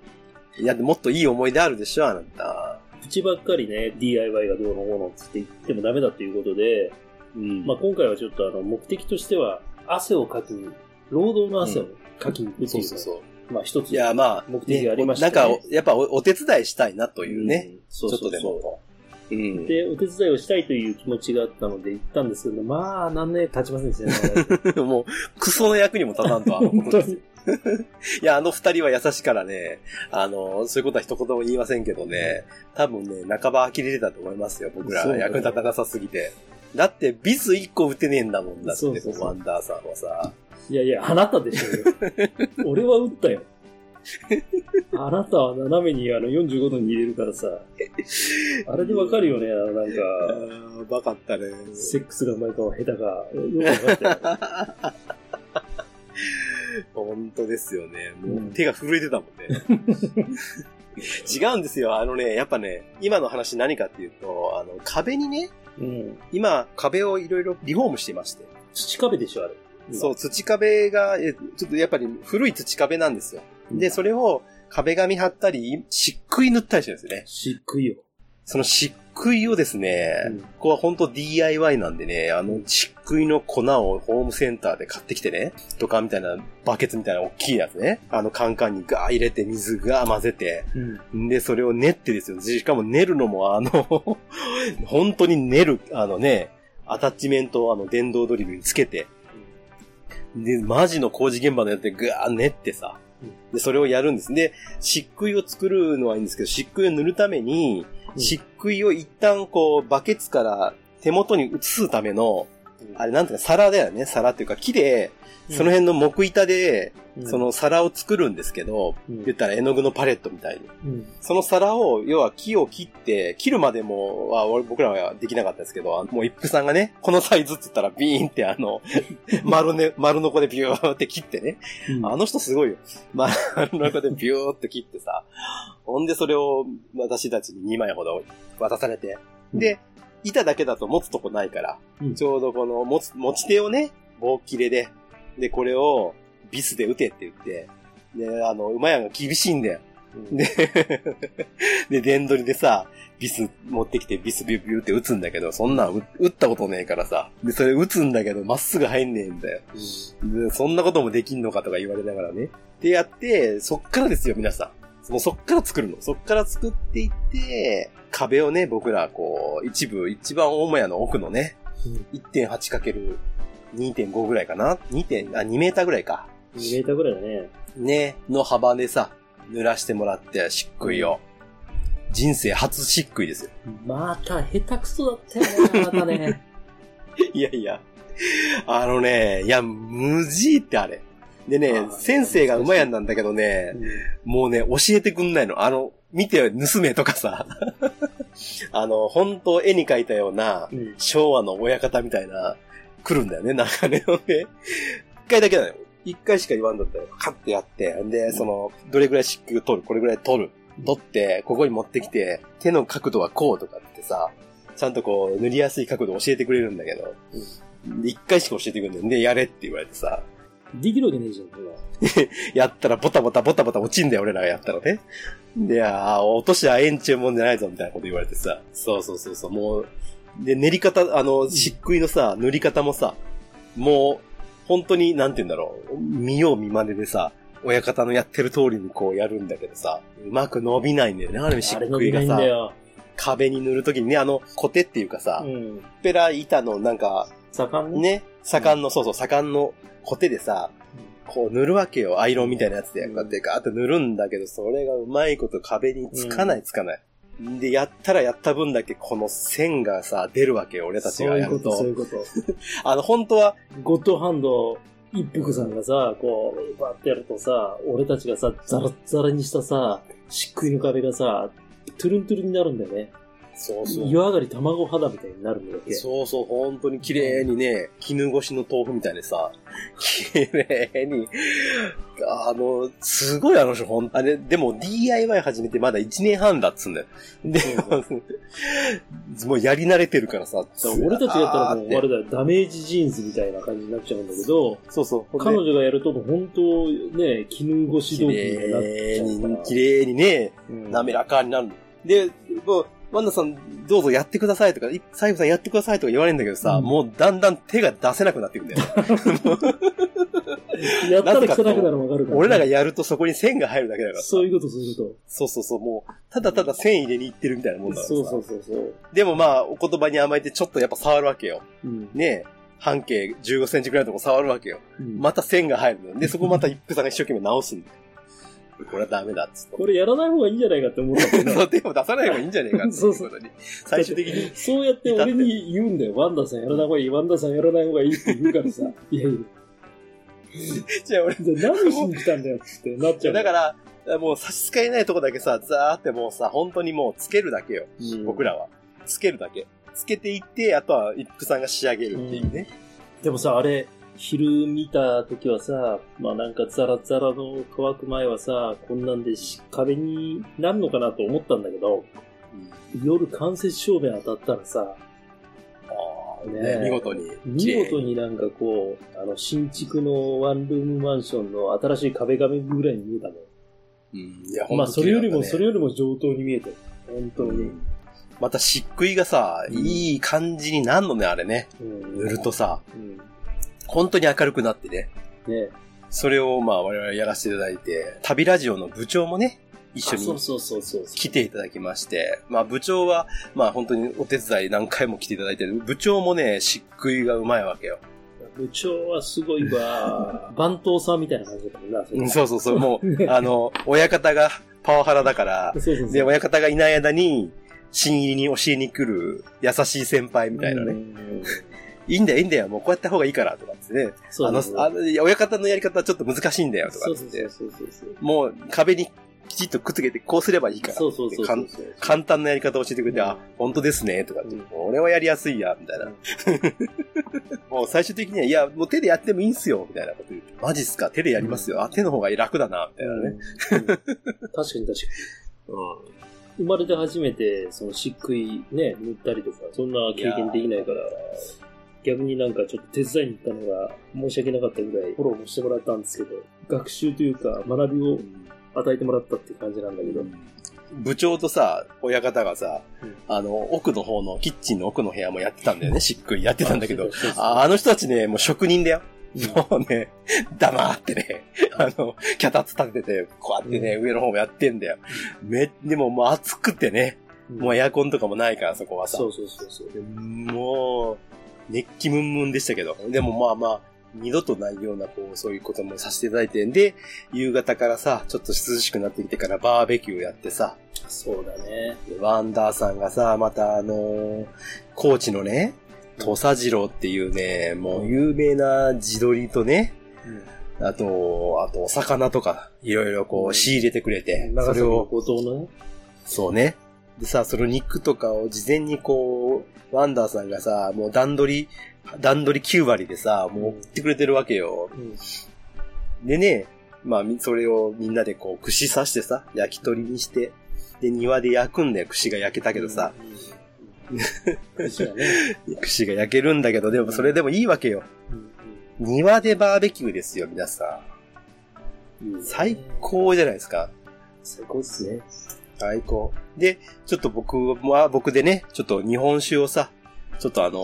D: いや、もっといい思い出あるでしょ、あなた。
E: うちばっかりね、DIY がどうのこうのっつって言ってもダメだということで、
D: うん
E: まあ、今回はちょっとあの、目的としては、汗をかきに、労働の汗をかきに行くって
D: そう
E: いう
D: そ
E: の
D: う
E: が
D: そう。
E: まあ一つ。
D: いや、まあ、
E: 目的がありました
D: ね
E: ね
D: なんか、やっぱおお手伝いしたいなと
E: と
D: いうね。。
E: そうそう
D: ちょっ
E: そ
D: うん
E: う。で、お手伝いをしたいという気持ちがあったので行ったんですけど、まあ、何年経ちません でしたね。
D: もう、クソの役にも立たんとは思う
E: 本当に。
D: いや、あの二人は優しいからね、あの、そういうことは一言も言いませんけどね、多分ね、半ば呆れてたと思いますよ、僕ら
E: そう。だね
D: 役立たなさすぎて。だって、ビス一個打てねえんだもんだって、
E: そうそうそう
D: ワンダーさんはさ。
E: いやいや、あなたでしょうよ。俺は打ったよ。あなたは斜めにあの45度に入れるからさ。あれでわかるよね、あのなん
D: あ
E: か、
D: ーバカったね。
E: セックスがうまいか下手か。よくわかったよ。
D: 本当ですよね。
E: う
D: もうん手が震えてたもんね。 違うんですよ。あのね、やっぱね、今の話何かっていうと、あの、壁にね、
E: うん。
D: 今、壁をいろいろリフォームしてまして。
E: 土壁でしょ、あれ。
D: そう、土壁が、えちょっとやっぱり古い土壁なんですよ。で、それを壁紙貼ったり、漆喰塗ったりしてるんですよね。
E: 漆喰よ。
D: その漆喰をですね、
E: うん
D: ここは本当 DIY なんでね、あの漆喰の粉をホームセンターで買ってきてね、とかみたいなバケツみたいな大きいやつね、あのカンカンにガー入れて水ガー混ぜて、
E: うん。
D: で、それを練ってですよ。しかも練るのもあの、 本当に練る、あのね、アタッチメントをあの電動ドリルにつけて、で、マジの工事現場のやつでぐわー練ってさ、で、それをやるんです。で、漆喰を作るのはいいんですけど、漆喰を塗るために、
E: うん
D: 漆喰を一旦こう、バケツから手元に移すための、あれなんていうか、皿だよね。皿っていうか、木で、その辺の木板で、そ、の皿を作るんですけど、
E: うん
D: 言ったら絵の具のパレットみたいに。
E: うん。
D: その皿を、要は木を切って、切るまでもは、俺僕らはできなかったですけど、あのもう一服さんがね、このサイズって言ったらビーンってあ の、丸ね、丸のこでビューって切ってね。
E: うん
D: あの人すごいよ。丸のこでビューって切ってさ。ほんでそれを私たちに2枚ほど渡されて。で、板だけだと持つとこないから、
E: うん
D: ちょうどこの持つ、持ち手をね、棒切れで、で、これをビスで打てって言って、で、あの、馬やんが厳しいんだよ。
E: うん
D: で、 で、電取りでさ、ビス持ってきてビスビュービューって打つんだけど、そんなん打打ったことねえからさ。で、それ打つんだけど、まっすぐ入んねえんだよ。で、そんなこともできんのかとか言われながらね。で、やって、そっからですよ、皆さん。もうそっから作るの。そっから作っていって、壁をね、僕ら、こう、一部、一番大間屋の奥のね、1.8×2.5 ぐらいかな ?2. 点、あ、2メーターぐらいか。
E: 2メーターぐらいだね。
D: ね、の幅でさ、濡らしてもらって、漆喰を。人生初漆喰ですよ。
E: また、下手くそだったよね、またね。
D: いやいや。あのね、いや、無事ってあれ。で
E: あ
D: ね
E: ー、
D: 先生が馬やんなんだけどね、もうね、教えてくんないの。あの、見てよ、盗めとかさ。 あの、本当絵に描いたような、
E: うん。
D: 昭和の親方みたいな、来るんだよね、なんかね。ほんで一回だけだよ。一回しか言わんだったよ。カッてやって。で、その、どれぐらい漆喰取るこれぐらい取る取って、ここに持ってきて、手の角度はこうとかってさ、ちゃんとこう、塗りやすい角度教えてくれるんだけど、で一回しか教えてくれない。で、やれって言われてさ、
E: できるわけねえじゃん、ほら。
D: やったらボタボタボタボタ落ちんだよ、俺らがやったらね。で、あー落としは円柱もんじゃないぞ、みたいなこと言われてさ。そうそうそうそう、もう、で、練り方、あの、漆喰のさ、塗り方もさ、もう、本当に、なんて言うんだろう、見よう見まねでさ、親方のやってる通りにこうやるんだけどさ、うまく伸びないんだよね、あれ漆
E: あれ伸び
D: 喰が
E: ないんだ
D: さ、
E: よ。
D: 壁に塗るときにね、あの、コテっていうかさ、
E: うん。
D: ペラ板のなんか、
E: 盛んね。
D: ね、盛んの、そうそう、盛んのコテでさ、こう塗るわけよ。アイロンみたいなやつで、
E: う
D: こ
E: ん
D: うやってガーって塗るんだけど、それがうまいこと壁につかないつかない。で、やったらやった分だけ、この線がさ、出るわけよ、俺たち
E: そう
D: が
E: い
D: や
E: うこ
D: る
E: と、そうい
D: と。
E: うこと。
D: あの、本当は、
E: ゴッドハンド、一服さんがさ、こう、バーってやるとさ、俺たちがさ、ザラッザラにしたさ、漆喰の壁がさ、トゥルントゥルンになるんだよね。
D: そうそう。
E: 湯上がり卵肌みたいになるんだっけ。
D: そうそう、本当に綺麗にね、絹越しの豆腐みたいでさ、綺麗に、あの、すごいあの人、ほん、あれ、でも DIY 始めてまだ1年半だっつうんだよ。で、もうやり慣れてるからさ、
E: 俺たちがやったらもう、
D: あ
E: あ
D: ーって
E: れだよ、ダメージジーンズみたいな感じになっちゃうんだけど、
D: そうそう。
E: 彼女がやると本当ね、絹ごし
D: 綺
E: 豆腐みたいになっ
D: 麗
E: ちゃう
D: に、
E: から。
D: 綺麗にね、
E: うん
D: 滑らかになるの。で、もう、ワンダさん、どうぞやってくださいとか、いサイフさんやってくださいとか言われるんだけどさ、
E: うん
D: もうだんだん手が出せなくなってくんだよ。
E: やったら汚くなるのわかるからね。
D: 俺らがやるとそこに線が入るだけだからさ。
E: そういうこと、そういうこ
D: そうそうそう、もう、ただただ線入れに行ってるみたいなもん
E: と。
D: だからさ。
E: そうそうそうそう。
D: でもまあ、お言葉に甘えてちょっとやっぱ触るわけよ。
E: うん。
D: ねえ。半径15センチくらいのとこ触るわけよ。
E: うん
D: また線が入るのよ。で、そこまた一服さんが一生懸命直すんだよ。これはダメだっつって。
E: これやらない方がいいんじゃないかって思ったけど
D: その手を出さない方がいいんじゃねえかって いうことに。最終的に。
E: そうやって俺に言うんだよ。ワンダさんやらない方がいい、ワンダさんやらない方がいいって言うか らさ。いやいや、
D: じゃあ俺、
E: じゃあ何しに来たんだよってなっちゃう。
D: だから、もう差し支えないとこだけさ、ザーってもうさ、本当にもうつけるだけよ。
E: うん
D: 僕らは。つけるだけ。つけていって、あとは一服さんが仕上げるっていうね。
E: でもさ、あれ、昼見た時はさ、まあなんかザラザラの乾く前はさ、こんなんでし壁になるのかなと思ったんだけど、夜間接照明当たったらさ、
D: あー
E: ねえ
D: ね見事に。
E: 見事になんかこう、あの新築のワンルームマンションの新しい壁紙ぐらいに見えたのよ。
D: うん。いや、
E: まあ、それよりも、それ
D: よ
E: よりも上等に見えてる。本当に。
D: また漆喰がさ、いい感じになんのね、あれね。
E: うん。
D: 塗るとさ、
E: うん。ね
D: 本当に明るくなってね。それをまあ我々やらせていただいて、旅ラジオの部長もね、一緒
E: あそ
D: に
E: うそうそうそう。
D: 来ていただきまして、まあ部長は、まあ本当にお手伝い何回も来ていただいてる。部長もね、漆喰がうまいわけよ。
E: 部長はすごい わ。番頭さんみたいな感じだったもんな。それ
D: うんそうそうそう、も う、あの、親方がパワハラだから、
E: そうそうそう。
D: で、親方がいない間に、新入りに教えに来る優しい先輩みたいなね。
E: うん。
D: いいんだよ、いいんだよ、もうこうやった方がいいから、とかってね。
E: そう
D: あの
E: そう、
D: あのいや親方のやり方はちょっと難しいんだよ、とか
E: そ
D: っ
E: う
D: て
E: そうそうそうそう。
D: もう壁にきちっとくっつけて、こうすればいいからって
E: そうそうそうそう
D: 簡簡単なやり方を教えてくれて、あ、本当ですね、とかって、
E: うん
D: 俺はやりやすいや、みたいな。 もう最終的には、いや、もう手でやってもいいんすよ、みたいなこと言って。マジっすか、手でやりますよ。あ、手の方が楽だな、みたいなね。
E: うん確かに確かに。生まれて初めて、その漆喰ね、塗ったりとか、そんな経験できないから、逆になんかちょっと手伝いに行ったのが申し訳なかったぐらいフォローもしてもらったんですけど、学習というか学びを与えてもらったって感じなんだけど、
D: 部長とさ、親方がさ、
E: うん
D: あの、奥の方の、キッチンの奥の部屋もやってたんだよね、漆喰やってたんだけど
E: そう、そうそう
D: ああの人たちね、もう職人だよ。もうね、黙ってね、あの、脚立立てて、こうやってね、上の方もやってんだよ。め、でももう暑くてね、
E: うん
D: もうエアコンとかもないから、そこはさ。
E: そうそうそうそう。
D: もう、熱気ムンムンでしたけど、でもまあまあ、二度とないような、こう、そういうこともさせていただいてんで、夕方からさ、ちょっと涼しくなってきてからバーベキューやってさ、
E: そうだね。
D: ワンダーさんがさ、またあのー高知のね、土佐次郎っていうね、もう有名な地鶏とね、あと、あとお魚とか、いろいろこ
E: う
D: うん仕入れてくれて、そ
E: 長
D: れ
E: 崎の
D: を、
E: 五島のね、
D: そうね。でさ、その肉とかを事前にこう、ワンダーさんがさ、もう段取り、段取り9割でさ、もう送ってくれてるわけよ。
E: うん
D: でね、まあ、みそれをみんなでこう、串刺してさ、焼き鳥にして、で、庭で焼くんだよ、串が焼けたけどさ。、
E: うんうん、そうだね。
D: 串が焼けるんだけど、でもそれでもいいわけよ。
E: うん
D: 庭でバーベキューですよ、皆さ
E: うんうん
D: ん。最高じゃないですか。
E: 最高ですね。
D: 最高。で、ちょっと僕は、僕でね、ちょっと日本酒をさ、ちょっとあの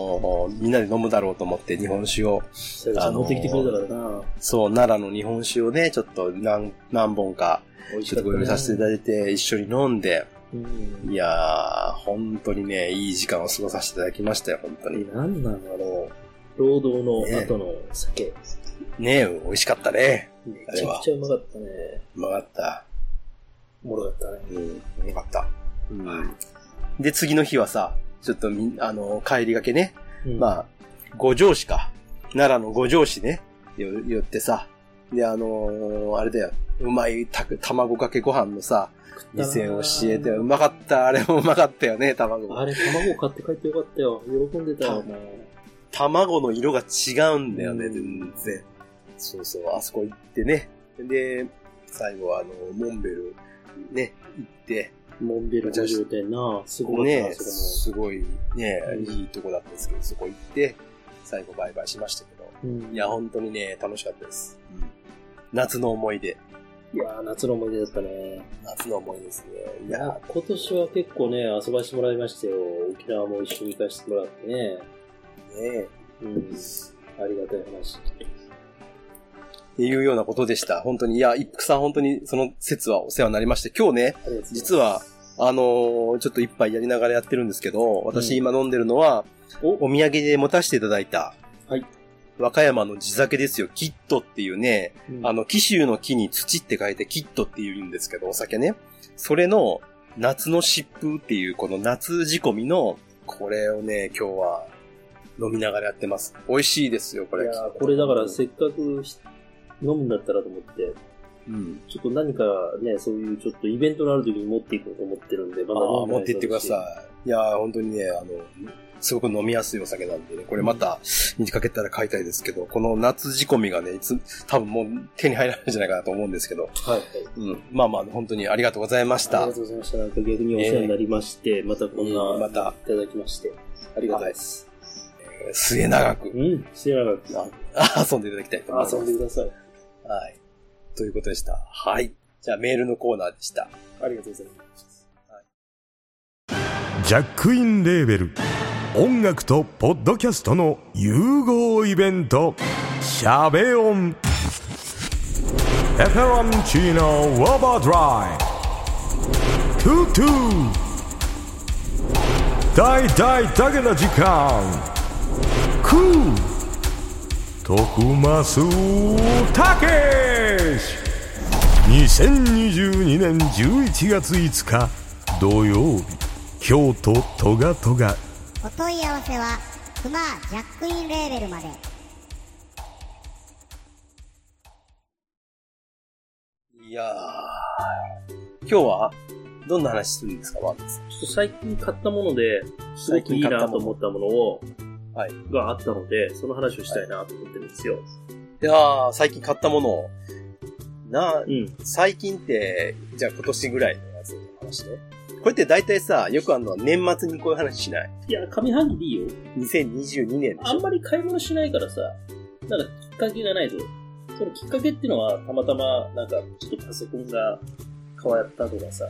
D: ーみんなで飲むだろうと思って日本酒を、
E: 最後ちゃんと持ってきてくれたからな。
D: そう、奈良の日本酒をね、ちょっと何、何本か、
E: 美味し
D: ち
E: か
D: ょっ
E: っ
D: と
E: た
D: ご用意させていただいて、一緒に飲んで、
E: うん
D: いやー、本当にね、いい時間を過ごさせていただきましたよ、本当に。
E: 何なのあの、労働の後の酒。
D: ねえ、美味しかったね。
E: めちゃくちゃうまかったね。
D: うまかった。
E: おもろかったね。
D: うん、うまかった。うん。で、次の日はさ、ちょっとみ、あのー帰りがけね、
E: あ、
D: まあ、五条市か。奈良の五条市ね。よ、寄ってさ。で、あのーあれだよ。うまいたく、卵かけご飯のさ、店を教えて、うまかった。あれもうまかったよね、卵。
E: あれ、卵買って帰ってよかったよ。喜んでたよ、もう。
D: 卵の色が違うんだよね、
E: う
D: 全然。そうそう、あそこ行ってね。で、最後はあの、モンベル、ね、行って、
E: モンベルの状態な。すごかったな、
D: ね、
E: そ
D: すごいね
E: う、ん
D: いいとこだったんですけど、そこ行って、最後バイバイしましたけど。
E: れも。
D: いや、本当にね、楽しかったです。夏の思い出。
E: いやー、夏の思い出だったね。
D: 夏の思い出ですね。い
E: いや
D: や、
E: 今年は結構ね、遊ばせてもらいましたよ。沖縄も一緒に行かせてもらってね。
D: ね
E: うん。ありがたい話。
D: っていうようなことでした。本当に。いや、一服さん本当にその説はお世話になりまして、今日ね、
E: ありがとうございます
D: 実は、あのーちょっと一杯やりながらやってるんですけど、私今飲んでるのは、お
E: お、
D: 土産で持たせていただいた、
E: はい
D: 和歌山の地酒ですよ。キットっていうね、あ
E: の、
D: の、紀州の木に土って書いてキットって言うんですけど、お酒ね。それの、夏の疾風っていう、この夏仕込みの、これをね、今日は、飲みながらやってます。美味しいですよ、これ。
E: いやーこれだからせっかくし飲むんだったらと思って、
D: うん。
E: ちょっと何かね、そういうちょっとイベントのある時に持っていこうと思ってるんで、
D: あ
E: まだ
D: ー
E: 飲んで
D: 持
E: な
D: ってってくだ
E: い
D: さい。いやー本当にね、あの、すごく飲みやすいお酒なんでね、これまた、にかけたら買いたいですけど、この夏仕込みがね、いつ、多分もう手に入らないんじゃないかなと思うんですけど、
E: そうし。はい、はい。
D: うん。まあまあ、本当にありがとうございまし
E: あり
D: た
E: が。とうございました。なんか逆にお世話になりまして、またこん
D: うん
E: な、
D: また
E: いただきまして。ありがたいです。
D: 末永く、
E: うん、知らなかった。
D: あ遊んでいただきたいと思います。
E: 遊んでください。
D: はい。ということでした。はい。じゃあメールのコーナーでした。
E: ありがとうございます。
F: ジャックインレーベル音楽とポッドキャストの融合イベント「シャベオン」「エフェロンチーノウォーバードライ」「トゥトゥ」「大大だけの時間」「クー」「徳増たけし」2022年11月5日土曜日京都トガトガ
G: お問い合わせはクマジャックインレーベルまで
D: いやー。今日は、どんな話するんですか、ワンダさん
E: ちょっと最近買ったもので、すごくいいなと思ったものを、
D: はい
E: があったので、その話をしたいなと思ってるんですよ。
D: いやー、最近買ったものを。な、
E: うん。
D: 最近って、じゃあ今年ぐらいのやつの話ね。これって大体さ、よくあるのは年末にこういう話しない。
E: いや、上半期でいいよ。
D: 2022年で
E: あ
D: し
E: ん
D: ょ。
E: まり買い物しないからさ、なんかきっかけがないと。そのきっかけっていうのは、たまたま、なんか、ちょっとパソコンが変わったとかさ、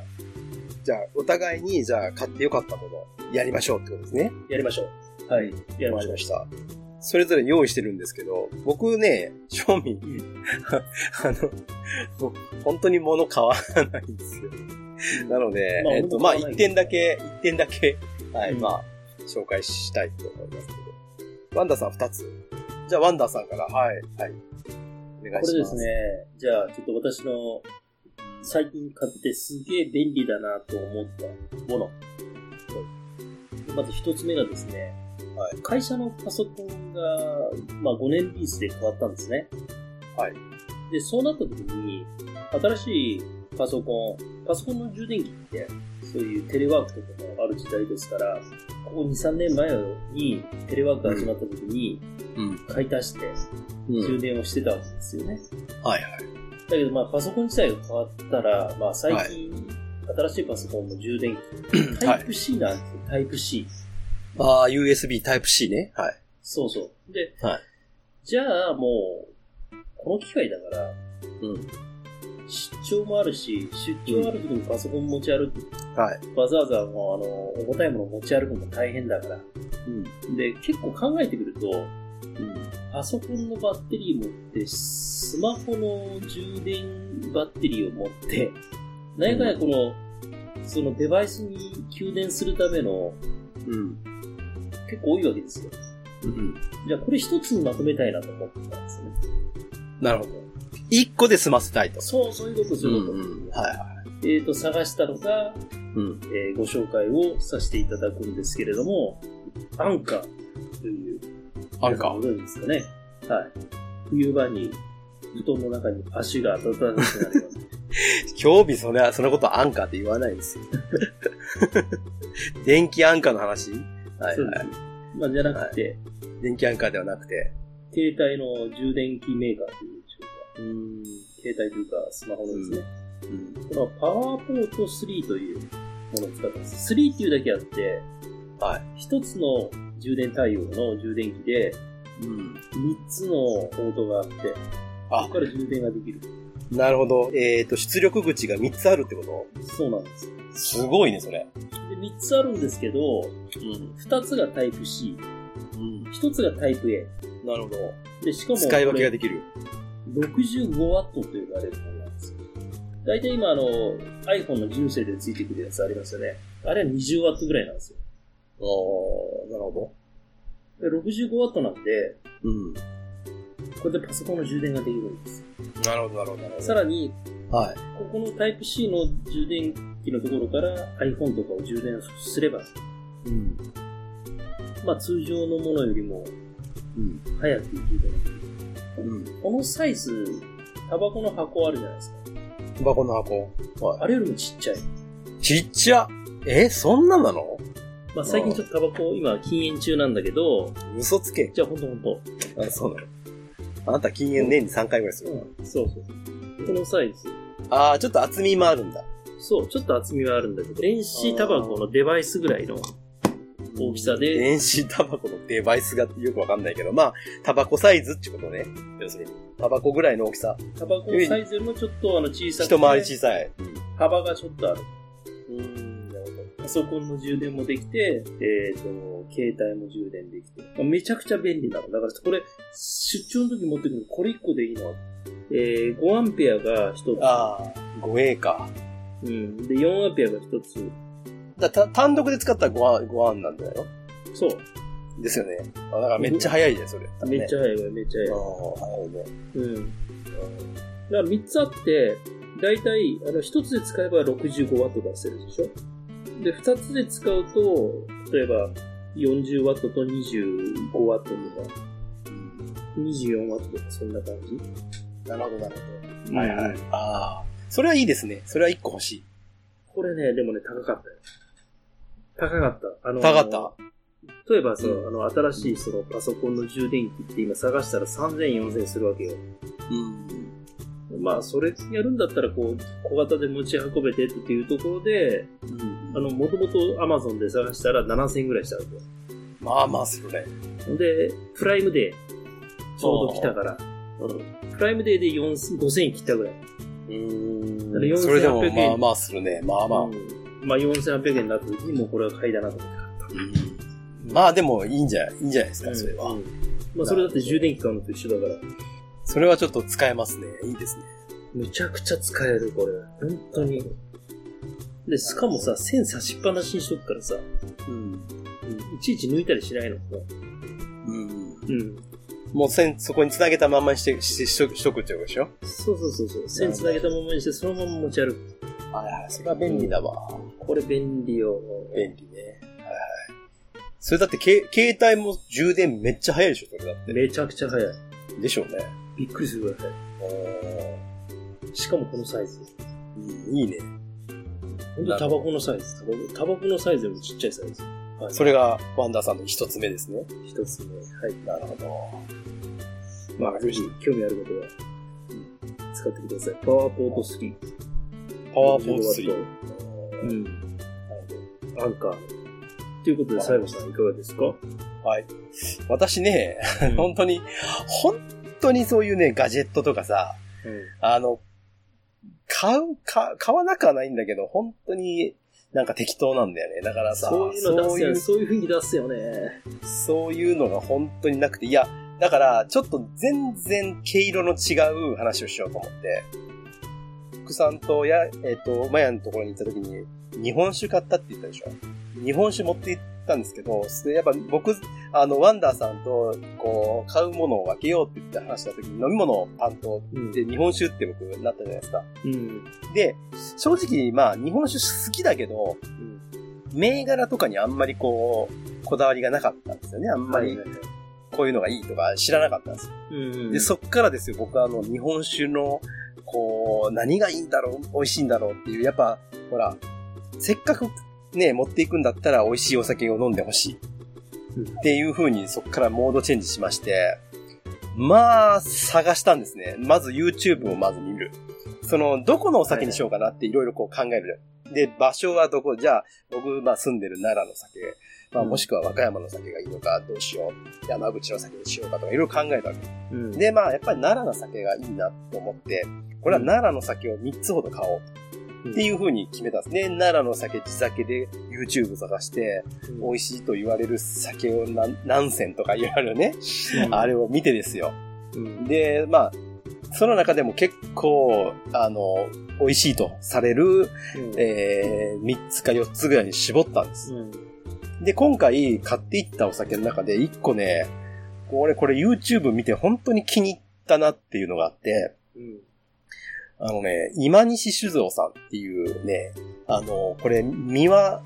D: じゃあ、お互いに、じゃあ買ってよかったもの、やりましょうってことですね。
E: やりましょう。はい。やり
D: わ
E: ま
D: か
E: し
D: り
E: ょう
D: ま。した。それぞれ用意してるんですけど、僕ね、正味、 あの、もう本当に物買わないんですよ。なので、
E: まあ
D: えっと、
E: 俺も
D: まあ、
E: 買わない
D: 一点だけ、一点だけ、はい、
E: うん
D: まあ、紹介したいと思いますけど。ワンダさん二つ。じゃあ、ワンダさんから、はい、はい。お願いします。
E: これですね。、じゃあちょっと私の最近買ってすげえ便利だなと思ったもの。まず一つ目がですね、
D: はい
E: 会社のパソコンが、まあ、5年リースで変わったんですね。
D: はい。
E: で、そうなった時に、新しいパソコン、パソコンの充電器って、そういうテレワークとかもある時代ですから、ここ2、3年前にテレワークが始まった時に、
D: うん。
E: 買い足して
D: うん。
E: 充電をしてたわけですよね。
D: はい、はい。
E: だけど、まあ、パソコン自体が変わったら、まあ、最近、新しいパソコンの充電器、
D: は
E: タ
D: い
E: イプ C なんですよ、タイプ C。
D: ああ、USB Type-C ね。はい。
E: そうそう。で、
D: はい
E: じゃあ、もう、この機会だから、
D: うん。
E: 出張もあるし、出張ある時にパソコン持ち歩く、
D: はい。
E: わざわざもう、あの、重たいもの持ち歩くのも大変だから。
D: うん。
E: で、結構考えてくると、
D: うん。
E: パソコンのバッテリー持って、スマホの充電バッテリーを持って、何やかんやこの、そのデバイスに給電するための
D: うん。
E: 結構多いわけですよ。
D: うん。
E: じゃあこれ一つにまとめたいなと思ってたんですね。
D: なるほど。一個で済ませたいと。
E: そう、そういうこと、そういうこと。
D: うんうんはいは
E: えっ、と、探したのが、
D: い。うん。
E: えーご紹介をさせていただくんですけれども、アンカーという、
D: あるか
E: ご。存知ですかね。はい。冬場に布団の中に足が温かくなります。
D: 興味それは、そのことアンカーって言わないですよ。 電気アンカーの話はい
E: そうで
D: は
E: す
D: い。
E: ね。まあ、じゃなくて、
D: 電気アンカーではなくて。
E: 携帯の充電器メーカーというんでしょうか。携帯というか、スマホのですね。
D: うん
E: このパワーポート3というものを使ってます。3っていうだけあって、
D: はい
E: 一つの充電対応の充電器で、
D: うん
E: 三つのポートがあって、
D: あ
E: そこから充電ができる。
D: なるほど。えっ、と、出力口が3つあるってこ
E: そうなんです。で、
D: とすごいね、それ。
E: 三つあるんですけど、
D: うん。
E: 二つがタイプ C、一つがタイプ A。
D: なるほど。
E: で、しかも、
D: 使い分けができる。
E: 65ワットと呼ばれるものなんですよ。大体今あの iPhone の純正でついてくるやつありますよね。あれは20ワットぐらいなんですよ。
D: おーなるほ
E: で65ワットなんで、
D: ど。うん。
E: これでパソコンの充電ができるんですよ。
D: なるほど、なるほど、なる
E: さらに、
D: ほど。はい。
E: ここの Type-C の充電器のところから iPhone とかを充電すれば、
D: うん。
E: まあ通常のものよりも
D: うん。
E: 早く充電ができる。
D: うん。
E: このサイズ、タバコの箱あるじゃないですか。
D: 箱の箱。は
E: あれよりもちっちゃい。
D: い。ちっちゃえ、そんななの
E: まあ最近ちょっとタバコ今禁煙中なんだけど、
D: 嘘つけ。
E: じゃあほんとほんと。
D: あ、そうなの。あなた禁煙年に3回ぐらいするの。
E: うん、そうそう。このサイズ。
D: ああ、ちょっと厚みもあるんだ。
E: そう、ちょっと厚みはあるんだけど、電子タバコのデバイスぐらいの大きさで、
D: 電子タバコのデバイスがよくわかんないけど、まあ、タバコサイズってことね。要するに。タバコぐらいの大きさ。
E: タバコのサイズよりもちょっとあの小さくて、
D: 一回り小さい。
E: 幅がちょっとある。パソコンの充電もできて、えっ、と、携帯も充電できて。まあめちゃくちゃ便利なの。だからこれ、出張の時持ってくるの、これ1個でいいのは、えー、5アンペアが1
D: ああ、5A か。
E: つ。うん。で、4アンペアが1つ。
D: だた単独で使ったらご飯、ご飯なんじゃないの
E: そう。
D: ですよね。あ、だからめっちゃ早いじゃん、それ。
E: めっち
D: ゃ。
E: ゃ早いわ、めっちゃ早い
D: あ。あ、早いね。
E: うん。だから3つあって、だいたいあの1つで使えば 65W 出せるでしょで、2つで使うと、例えば 40W と 25W とか、24W とかそんな感じ。
D: なるほど、なるほど。。
E: はいはい
D: ああ、それはいいですね。それは1個欲しい。
E: これね、でもね、高かったよ。高かった。あの
D: 高かった。
E: 例えばその、あの、新しいそのパソコンの充電器って今探したら3000、4000するわけよ。
D: うん。
E: まあ、それやるんだったら、こう、小型で持ち運べてっていうところで、あの、もともとアマゾンで探したら7000円ぐらいしたわけよ。
D: まあまあ、それ。
E: で、プライムデー、ちょうど来たから、プライムデーで4 5000円切ったぐらい。
D: うん
E: 4800
D: それでも、まあまあするね。まあまあ。
E: うんまあ、4800円になった時にもうこれは買いだなと思って買った。
D: まあでも、いいんじゃない、いいんじゃないですか、それ
E: う
D: は
E: ん。まあ、それだって充電器買うのと一緒だから、
D: それはちょっと使えますね。いいですね。
E: むちゃくちゃ使える、これ。本当に。で、しかもさ、線差しっぱなしにしとくからさ、
D: うん。
E: うんいちいち抜いたりしないの。
D: うん。
E: うん。
D: もう線、そこに繋げたまんまにして、し、しとく、しとくってことでしょ
E: そうそうそうそう。線つなげたままにして、そのまま持ち歩く。
D: はいはい。それは便利だわ。
E: これ便利よ。
D: 便利ね。はいはい。それだって、け、携帯も充電めっちゃ早いでしょ、それだって。
E: めちゃくちゃ早い。
D: でしょうね。
E: びっくりするぐらい早い。しかもこのサイズ。
D: うん、いいね。
E: ほんとタバコのサイズ。タバコタバコのサイズよりもちっちゃいサイズ。はい。
D: それが、ワンダーさんの一つ目ですね。
E: 一つ目。はい。
D: なるほど。
E: まあ、ぜひ、興味あることは、使ってください。パワーポート3。
D: パワーポート3。
E: 3。うん。アンカー。ということで、最後さんいかがですか
D: はい。私ね、
E: うん
D: 本当に、本当にそういうね、ガジェットとかさ、あの、買う、か買わなくはないんだけど、本当になんか適当なんだよね。だからさ、
E: そういうの出す
D: そういう
E: よね。そういう風に出すよね。
D: そういうのが本当になくて、いや、だから、ちょっと全然毛色の違う話をしようと思って、福さんとや、えっ、と、マヤのところに行った時に、日本酒買ったって言ったでしょ日本酒持って行ったんですけど、それやっぱ僕、あの、ワンダーさんと、こう、買うものを分けようって言って話した時に、飲み物を担当
E: うん
D: で、日本酒って僕、なったじゃないですか。
E: うん。
D: で、正直、まあ、日本酒好きだけど、銘柄とかにあんまりこう、こだわりがなかったんですよね。あんまり
E: はいはいはい
D: こういうのがいいとか知らなかったんですよ。
E: うん。
D: で、そっからですよ、僕はあの、日本酒の、こう、何がいいんだろう、美味しいんだろうっていう、やっぱ、ほら、せっかくね、持っていくんだったら美味しいお酒を飲んでほしい。
E: うん
D: っていう風にそっからモードチェンジしまして、まあ、探したんですね。まず YouTube をまず見る。その、どこのお酒にしようかなっていろいろこう考える。で、場所はどこじゃあ、僕、まあ住んでる奈良の酒、まあもしくは和歌山の酒がいいのか、どうしよう、山口の酒にしようかとかいろいろ考えたわけ
E: うん、
D: で、まあ、やっぱり奈良の酒がいいなと思って、これは奈良の酒を3つほど買おうっていう風に決めたんですね。奈良の酒、地酒で YouTube 探して、
E: うん
D: 美味しいと言われる酒を何何千とか言われるね、
E: うん
D: あれを見てですよ。
E: うん
D: で、まあ、その中でも結構、あの、美味しいとされる、
E: うん
D: えー、3つか4つぐらいに絞ったんです。
E: うん
D: で、今回買っていったお酒の中で1個ね、俺これ YouTube 見て本当に気に入ったなっていうのがあって、
E: うん
D: あのね、今西酒造さんっていうね、あの、これ、三輪、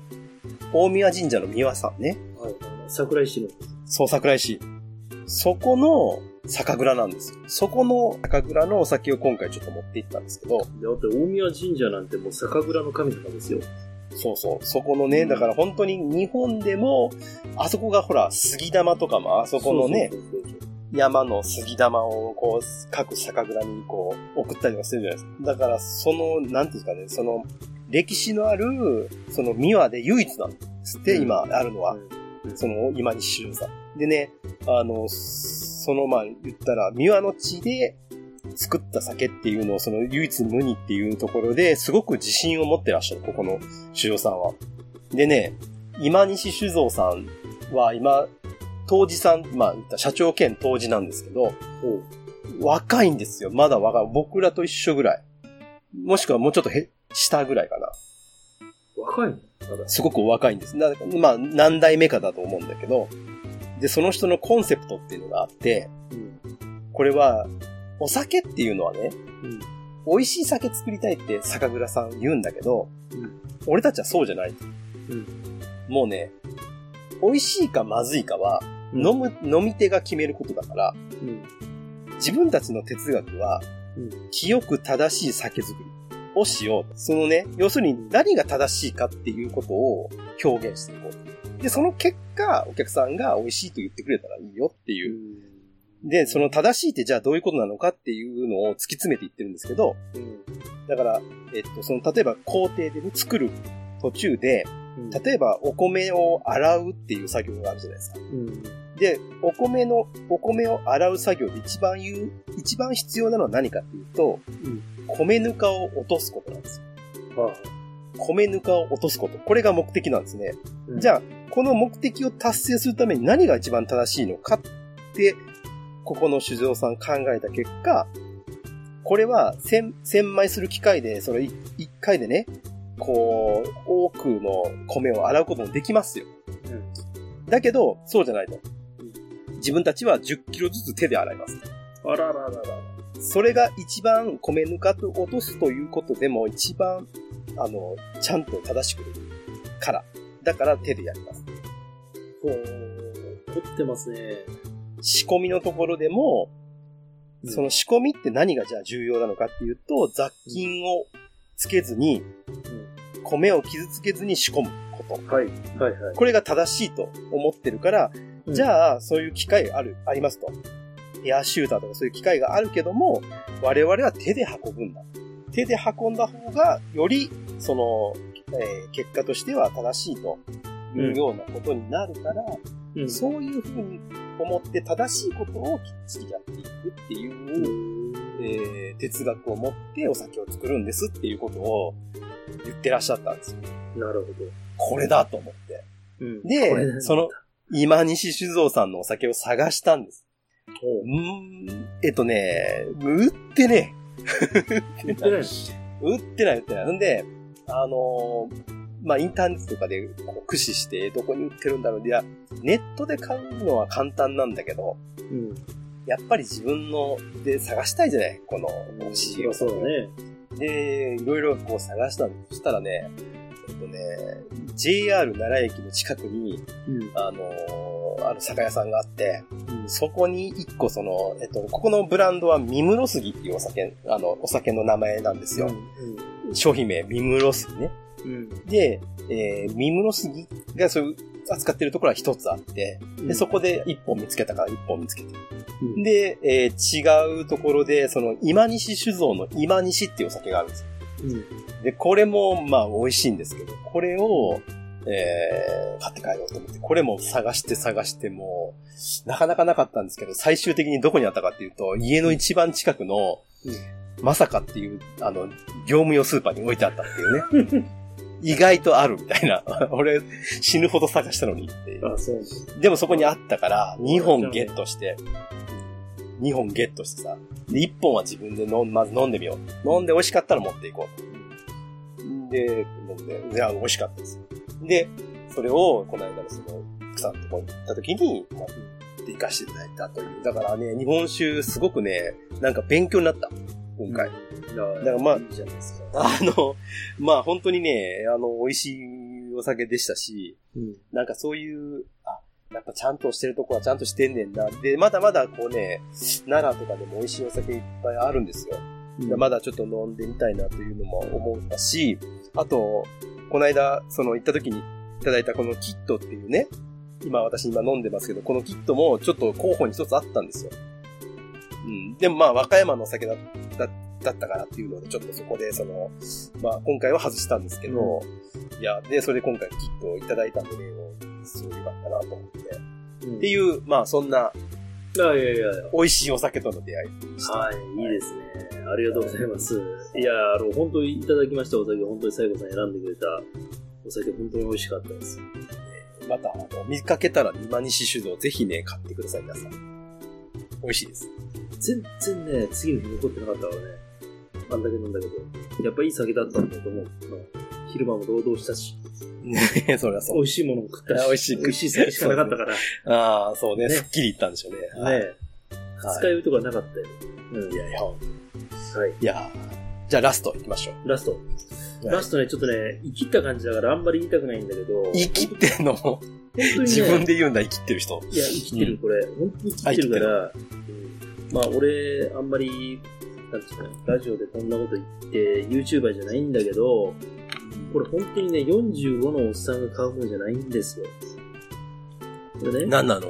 D: 大宮神社の三輪さんね、
E: はい桜井市の。
D: そう桜井市。そこの酒蔵なんですよ。そこの酒蔵のお酒を今回ちょっと持って行ったんですけど、
E: だって大宮神社なんてもう酒蔵の神様ですよ。
D: そうそう。そこのね、だから本当に日本でも、あそこがほら、杉玉とかも、あそこのね、
E: そうそうそうそう。
D: 山の杉玉をこう、各酒蔵にこう、送ったりとかしてるじゃないですか。だから、その、なんていうんですかね、その、歴史のある、その、三輪で唯一なんですって、
E: うん
D: 今あるのは。その、今西周さん。でね、あの、その、まあ、言ったら、三輪の地で作った酒っていうのを、その唯一無二っていうところですごく自信を持ってらっしゃる、ここの修造さんは。でね、今西酒造さんは、今、当時さん、まあ、言ったら社長兼当時なんですけど、若いんですよ。まだ若い。僕らと一緒ぐらい。もしくはもうちょっとへ、下ぐらいかな。
E: 若いのまだ
D: すごくお若いんです。なまあ、何代目かだと思うんだけど、で、その人のコンセプトっていうのがあって、
E: うん。
D: これは、お酒っていうのはね、
E: うん
D: 美味しい酒作りたいって酒蔵さん言うんだけど、
E: うん
D: 俺たちはそうじゃない、
E: うん
D: もうね、美味しいかまずいかは、
E: うん
D: 飲む、飲み手が決めることだから、
E: うん。
D: 自分たちの哲学は、
E: うん
D: 清く正しい酒造りをしよう。そのね、要するに何が正しいかっていうことを表現していこう。で、その結果、お客さんが美味しいと言ってくれたらいいよっていう。で、その正しいってじゃあどういうことなのかっていうのを突き詰めていってるんですけど、だから、えっと、その、例えば工程でね、作る途中で、
E: うん。
D: 例えばお米を洗うっていう作業があるじゃないですか。
E: うん。
D: で、お米の、お米を洗う作業で一番言う、一番必要なのは何かっていうと、
E: うん
D: 米ぬかを落とすことなんですよ。
E: は
D: 米ぬかを落とすこと。これが目的なんですね。
E: あ
D: じゃあ、この目的を達成するために何が一番正しいのかって、ここの酒造さん考えた結果、これは千、千枚する機械で、それい一回でね、こう、多くの米を洗うこともできますよ。だけど、そうじゃないと。自分たちは10キロずつ手で洗います。
E: あららららら。
D: それが一番米ぬかと落とすということでも一番、あの、ちゃんと正しくできるから。だから手でやります。
E: ほう。凝ってますね。
D: 仕込みのところでも、
E: うん
D: その仕込みって何がじゃあ重要なのかっていうと、雑菌をつけずに、米を傷つけずに仕込むこと。
E: はい。はいは
D: これが正しいと思ってるから、
E: い。
D: じ
E: あ、
D: ゃあ、そういう機械ある、ありますと。エアシューターとかそういう機械があるけども、我々は手で運ぶんだ。手で運んだ方が、より、その、えー結果としては正しいというようなことになるから、
E: うん
D: そういうふうに思って正しいことをきっちりやっていくっていう、えー哲学を持ってお酒を作るんですっていうことを言ってらっしゃったんですよ。
E: なるほど。
D: これだと思って。
E: うんこれ
D: で、その、今西酒造さんのお酒を探したんです。
E: おう
D: うーん、えっとね、売ってね、
E: 言ってないの
D: 売ってない売ってない。んで、あのーまあ、インターネットとかでこう駆使してどこに売ってるんだろう。いや、ネットで買うのは簡単なんだけど、
E: うん。
D: やっぱり自分ので探したいじゃないこの美味しいお
E: そう
D: 酒
E: だね。
D: で、いろいろこう探したんです。そしたらね、えっとね、JR 奈良駅の近くに、
E: うん。
D: あのーある酒屋さんがあって、
E: うん
D: そこに一個その、えっと、ここのブランドはミムロスギっていうお酒、あの、お酒の名前なんですよ。商品名、ミムロスギね。
E: うん。
D: で、えー、ミムロスギがそういう、扱ってるところは一つあって、
E: うん。
D: で、そこで一本見つけたから一本見つけて。
E: うん
D: で、えー違うところで、その、今西酒造の今西っていうお酒があるんですよ。
E: うん。
D: で、これも、まあ、美味しいんですけど、これを、えー、買って帰ろうと思って、これも探して探してもう、なかなかなかったんですけど、最終的にどこにあったかっていうと、家の一番近くの、まさかっていう、あの、業務用スーパーに置いてあったっていう ね。意外とあるみたいな。 俺、死ぬほど探したのにっていう。
E: あ、そうなんだ。
D: でもそこにあったから、2本ゲットして、2本ゲットしてさ、で、1本は自分で飲ん、まず飲んでみよう。飲んで美味しかったら持っていこう。で、飲んで、で、あ美味しかったです。で、それを、この間のその、奥さんのところに行った時に、まあ、生かしていただいたという。だからね、日本酒すごくね、なんか勉強になった。今回。
E: だ
D: だからまあ
E: いいじゃないですか。
D: あの、まあ本当にね、あの、美味しいお酒でしたし、
E: うん。
D: なんかそういう、あ、やっぱちゃんとしてるとこはちゃんとしてんねんな。で、まだまだこうね、奈良とかでも美味しいお酒いっぱいあるんですよ。でまだちょっと飲んでみたいなというのも思ったし、あと、この間、その行った時にいただいたこのキットっていうね、今私今飲んでますけど、このキットもちょっと候補に一つあったんですよ。うん。でもまあ、和歌山のお酒だだだったからっていうので、ちょっとそこで、その、まあ、今回は外したんですけど、いや、で、それで今回キットをいただいたので、すごい良かったなと思って。
E: うん
D: っていう、まあそんな
E: あいやいやいや。
D: 美味しいお酒との出会い。
E: はい、いいですね。ありがとうございます。いや、あの、本当にいただきましたお酒、本当に最後さん選んでくれたお酒、本当に美味しかったです。
D: また、あの、見かけたら今西酒造ぜひね、買ってください、皆さん。美味しいです。
E: 全然ね、次の日残ってなかったからね。あんだけ飲んだけど。やっぱいい酒だったんだと思う。昼間も労働したし、
D: ね それはそ
E: 美
D: う。
E: 味しいものも食った
D: い
E: し、
D: や美味しい
E: 美味しい酒しかなかったから、ね
D: ああ、そうね。
E: ね
D: すっきりいったんでしょうね。はい。
E: 二日酔いとかなかったよ。うん、いやい
D: や
E: はい。
D: いやーじゃあラスト行きましょ
E: ラスト。
D: う。
E: ラストね、ちょっとね、生きった感じだからあんまり言いたくないんだけど、本
D: 生きてんの
E: 当にね
D: 自分で言うんだ、生きてる人。
E: いや、生きてる、これ。本当に生きてるから、うんまあ、俺、あんまり、なんていうかな、ラジオでこんなこと言って、YouTuber じゃないんだけど、これ本当にね、45のおっさんが買うもんじゃないんですよ。これね、
D: 何なの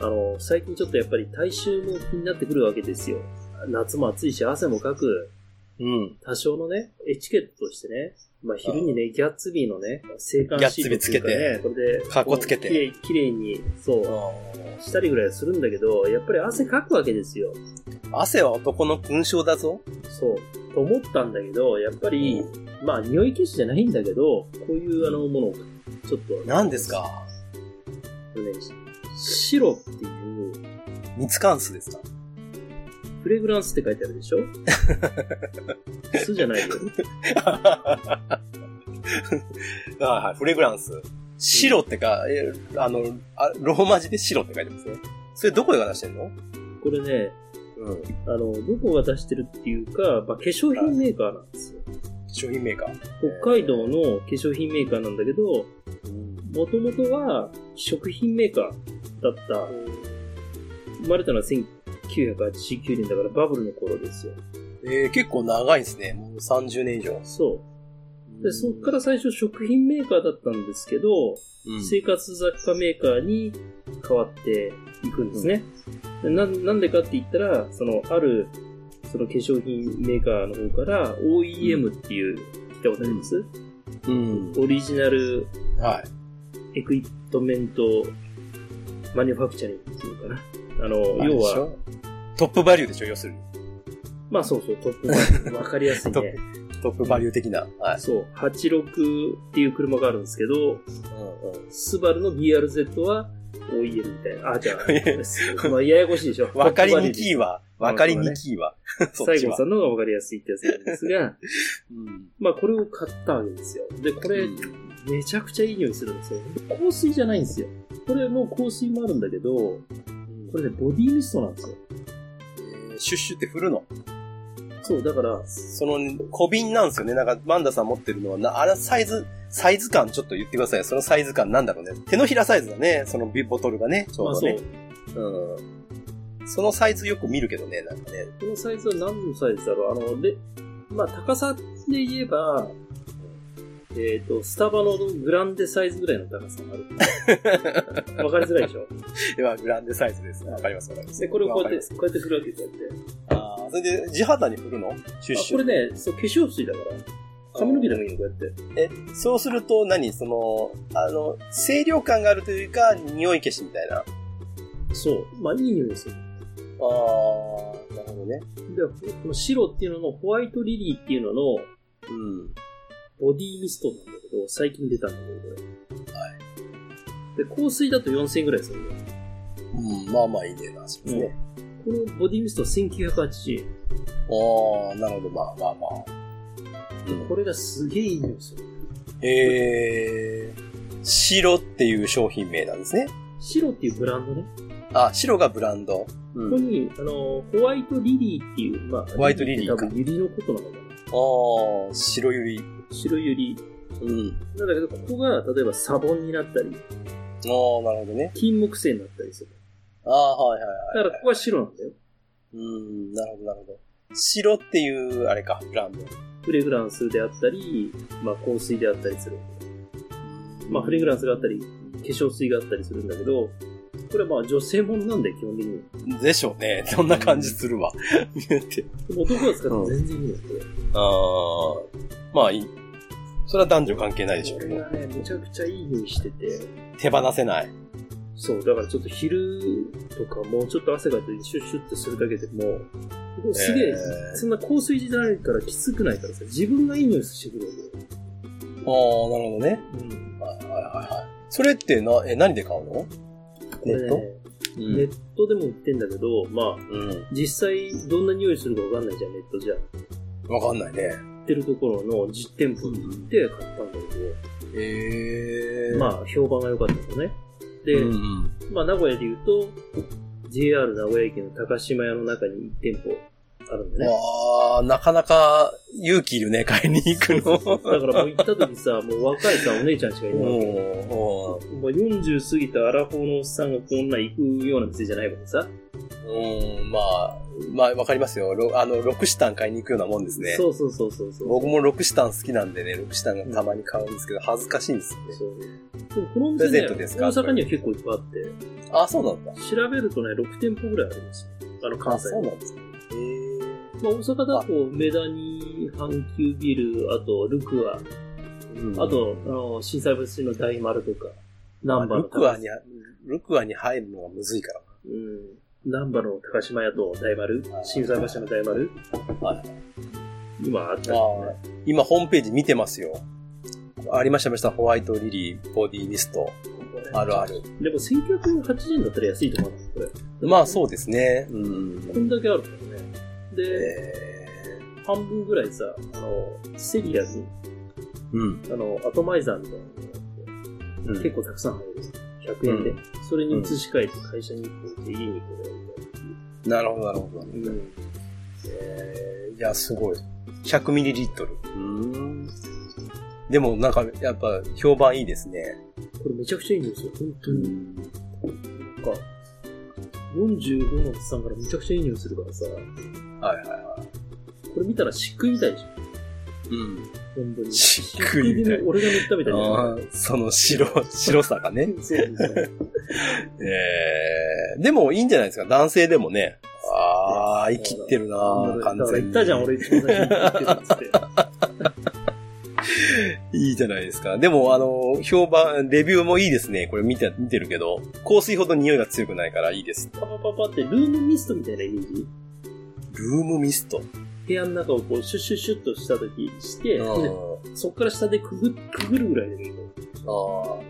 E: あの、最近ちょっとやっぱり体臭も気になってくるわけですよ。夏も暑いし、汗もかく、
D: うん。
E: 多少のね、エチケットとしてね、まあ、昼にね、ギャッツビーのね、生還シートっていうか
D: ギャッ
E: ね、これで、
D: かっこつけて
E: 綺麗、綺麗に、そう、したりぐらいはするんだけど、やっぱり汗かくわけですよ。
D: 汗は男の勲章だぞ。
E: そう。と思ったんだけど、やっぱり、まあ、匂い消しじゃないんだけど、こういうあのものを、ちょっと、
D: 何ですか
E: これね白っていう、
D: 蜜缶酢ですか
E: フレグランスって書いてあるで しょ酢じゃないよ。
D: はいはい、フレグランス。白ってか、えあのあ、ローマ字で白って書いてますね。それどこが出してんの
E: これね、
D: うん。
E: あの、どこが出してるっていうか、まあ、化粧品メーカーなんですよ。
D: 商品メーカー。
E: 北海道の化粧品メーカーなんだけど、もともとは食品メーカーだった。生まれたのは1989年だからバブルの頃ですよ。
D: えー、結構長いですね。もう30年以上。
E: そう。で、そっから最初食品メーカーだったんですけど、
D: うん
E: 生活雑貨メーカーに変わっていくんですね。でななんでかって言ったら、その、ある、その化粧品メーカーの方から OEM っていう、聞いたことあります、
D: うん。
E: オリジナル
D: は
E: エクイプトメントマニュファクチャリングっていうのかな。あの、
D: い。
E: 要
D: あれ
E: は、
D: でしょ、トップバリューでしょ、要するに。
E: まあそうそう、トップバリュー。わかりやす い
D: ト
E: ね。
D: ップ、トップバリュー的な。はい。
E: そう、86っていう車があるんですけど、
D: うんうん。
E: スバルの BRZ は OEM みたいな。あ、じゃあ、まあ、ややこしいでしょ。
D: わかりにきいわ。
E: バ
D: わ
E: リュ
D: か
E: ー
D: りにきいわ。そっ
E: 西
D: ち
E: 郷
D: は
E: さ。んの方がわかりやすいってやつなんです が、
D: うん
E: まあこれを買ったわけですよ。で、これ、めちゃくちゃいい匂いするんですよ。香水じゃないんですよ。これもう香水もあるんだけど、これね、ボディミストなんですよ。
D: えーシュッシュって振るの。
E: そう、だから、
D: その、小瓶なんですよね。なんか、マンダさん持ってるのは、なあれサイズ、サイズ感ちょっと言ってください。そのサイズ感なんだろうね。手のひらサイズだね。そのビボトルがね。ちょ
E: まあ
D: うど
E: そう
D: ね。、うん。そのサイズよく見るけどね、なんかね。
E: このサイズは何のサイズだろうあの、で、まあ、高さで言えば、えっ、と、スタバのグランデサイズぐらいの高さが ある。わかりづらいでしょ
D: では、グランデサイズです。わかります、わかります。
E: で、これをこうや
D: わかりま
E: っ
D: す
E: て、こうやって振るわけでやって。
D: あーそれで、地肌に振るのシュッ
E: あ
D: シュ。
E: これね、そう、化粧水だから。髪の毛でもいいの、こうやって。
D: え、そうすると何、その、あの、清涼感があるというか、匂い消しみたいな。あ
E: そう。まあ、いい匂いですよ。
D: ー、なるほどね。
E: で、この白っていうのの、ホワイトリリーっていうのの、
D: うん。
E: ボディミストなんだけど、最近出たんだけど、これ。はい。で、香水だと4000円ぐらいするんだよ。
D: うん、まあまあいい値段しますね。
E: このボディミストは1980円。
D: あー、なるほど、まあまあまあ。
E: これがすげえいい匂いする。
D: えー、白っていう商品名なんですね。
E: 白っていうブランドね。
D: あ、白がブランド。
E: ここに、あの、ホワイトリリーっていう、まあ、
D: ホワイトリリー
E: って
D: か
E: 多分ユリのことなのかな。
D: ああ、白ゆり。
E: 白ユリ。
D: うん。
E: なんだけど、ここが、例えばサボンになったり、
D: ああ、なるほどね。
E: 金木犀になったりする。
D: ああ、はいはい
E: だ
D: はい。
E: から、ここは白なんだよ。
D: うん、なるほど、なるほど。白っていう、あれか、ブランド。
E: フレグランスであったり、まあ、香水であったりする。まあ、フレグランスがあったり、化粧水があったりするんだけど、これはまあ、女性ものなんだよ、基本的に。
D: でしょうね。そんな感じするわ。 見えて。
E: でも男が使っても全然いいのよ、これ。
D: ああ、まあいい。それは男女関係ないでしょうけ
E: これ
D: ど。
E: がね、めちゃくちゃいい匂いしてて。
D: 手放せない。
E: そう、だからちょっと昼とかもうちょっと汗かいてシュッシュッてするだけでも、ここすげえ、
D: えー
E: そんな香水じゃないからきつくないからさ、自分がいい匂いしてくるんだよ。
D: ああ、なるほどね。
E: うん。
D: はいはいはいはい。それってな、え、何で買うの
E: こ
D: ネ
E: れ
D: ッ
E: ね
D: ト、
B: うん
E: ネットでも売ってんだけど、まあ、
D: う
E: 実際どんな匂いするかわかんないじゃん、ネットじゃ。売
D: ん。わかんないね。
E: ってるところの実店舗に行って買ったんだけ
D: ええ
E: ど、まあ、評判が良かったのね。で、
D: うんうん。
E: まあ、名古屋で言うと、JR 名古屋駅の高島屋の中に1店舗あるんだよね。
D: わあ、なかなか勇気いるね、買いに行くの。
E: だからもう行った時さ、もう若いさ、お姉ちゃんしかいないわけ。
D: お
E: もう40過ぎたアラフォーのおっさんがこんな行くような店じゃないもんさ。
D: ーうん、まあ、まあ、わかりますよ。ろあの、ロクシタン買いに行くようなもんですね。
E: そうそうそうそうそう。
D: 僕もロクシタン好きなんでね、ロクシタンがたまに買うんですけど、恥ずかしいんですよね。
E: そうでもこのお店
D: プレゼ
E: ね、
D: ン
E: 大
D: トですか
E: 阪には結構いっぱいあって、
D: あ、そうなんだ。
E: 調べるとね、6店舗ぐらいありますよ。あの、関
D: あ、
E: 西
D: そう
E: の。
D: なんですね。えー
E: まあ、大阪だと、梅田に、阪急ビル、あと、ルクア、
D: うん
E: あ、と、あの、震災物の大丸とか、
D: ま
E: ナ
D: あ
E: ンバーの
D: ルクアに、ルクアに入るのがむずいから。
E: うん。ナンバの高島屋と大丸、震災橋の大丸。
D: はい
E: 今あった
D: あー今、ホームページ見てますよ。ありました、ありました。ホワイトリリー、ボディミスト、あるある。
E: でも1980円だったら安いと思うんですこれ。
D: まあ、そうですね。うん。
E: こんだけあるからね。で、
D: え
E: 半分ぐらいさ、あの、セリアに、
D: ーうん。
E: あの、アトマイザーみたいなのが
D: う
E: あって、結
D: ん
E: 構たくさん入る。100円で。それに移し替えて会社に行こうって、家に行こうよ
D: なるほど、なるほど。
E: みたいな。うん。
D: えーいや、すごい。100ミリリットル。でも、なんか、やっぱ、評判いいですね。
E: これめちゃくちゃいいんですよ、本当に。なんか、45のおっさんからめちゃくちゃいい匂いするからさ、
D: はいはい。
E: これ見たら漆喰みたいでしょ、
D: うん。
E: 本当に。
D: 漆喰みたい
E: で俺が塗ったみたいな
D: あーその白、白さがね。
E: そうそうそう
D: えー、でもいいんじゃないですか。男性でもね。ああ、生きってるな
E: だから
D: 完
E: だか
D: 全
E: ら言
D: に。
E: ったじゃん、俺一番最初に言ってたっつ って。
D: いいじゃないですか。でも、あの、評判、レビューもいいですね。これ見て、見てるけど、香水ほど匂いが強くないからいいです。
E: パパパパってルームミストみたいなイメージ
D: ルームミスト。
E: 部屋の中をこうシュッシュッシュッとした時して、で
D: ー
E: そこから下でくぐくぐるぐらいでいいの。
D: あー、なるほどね。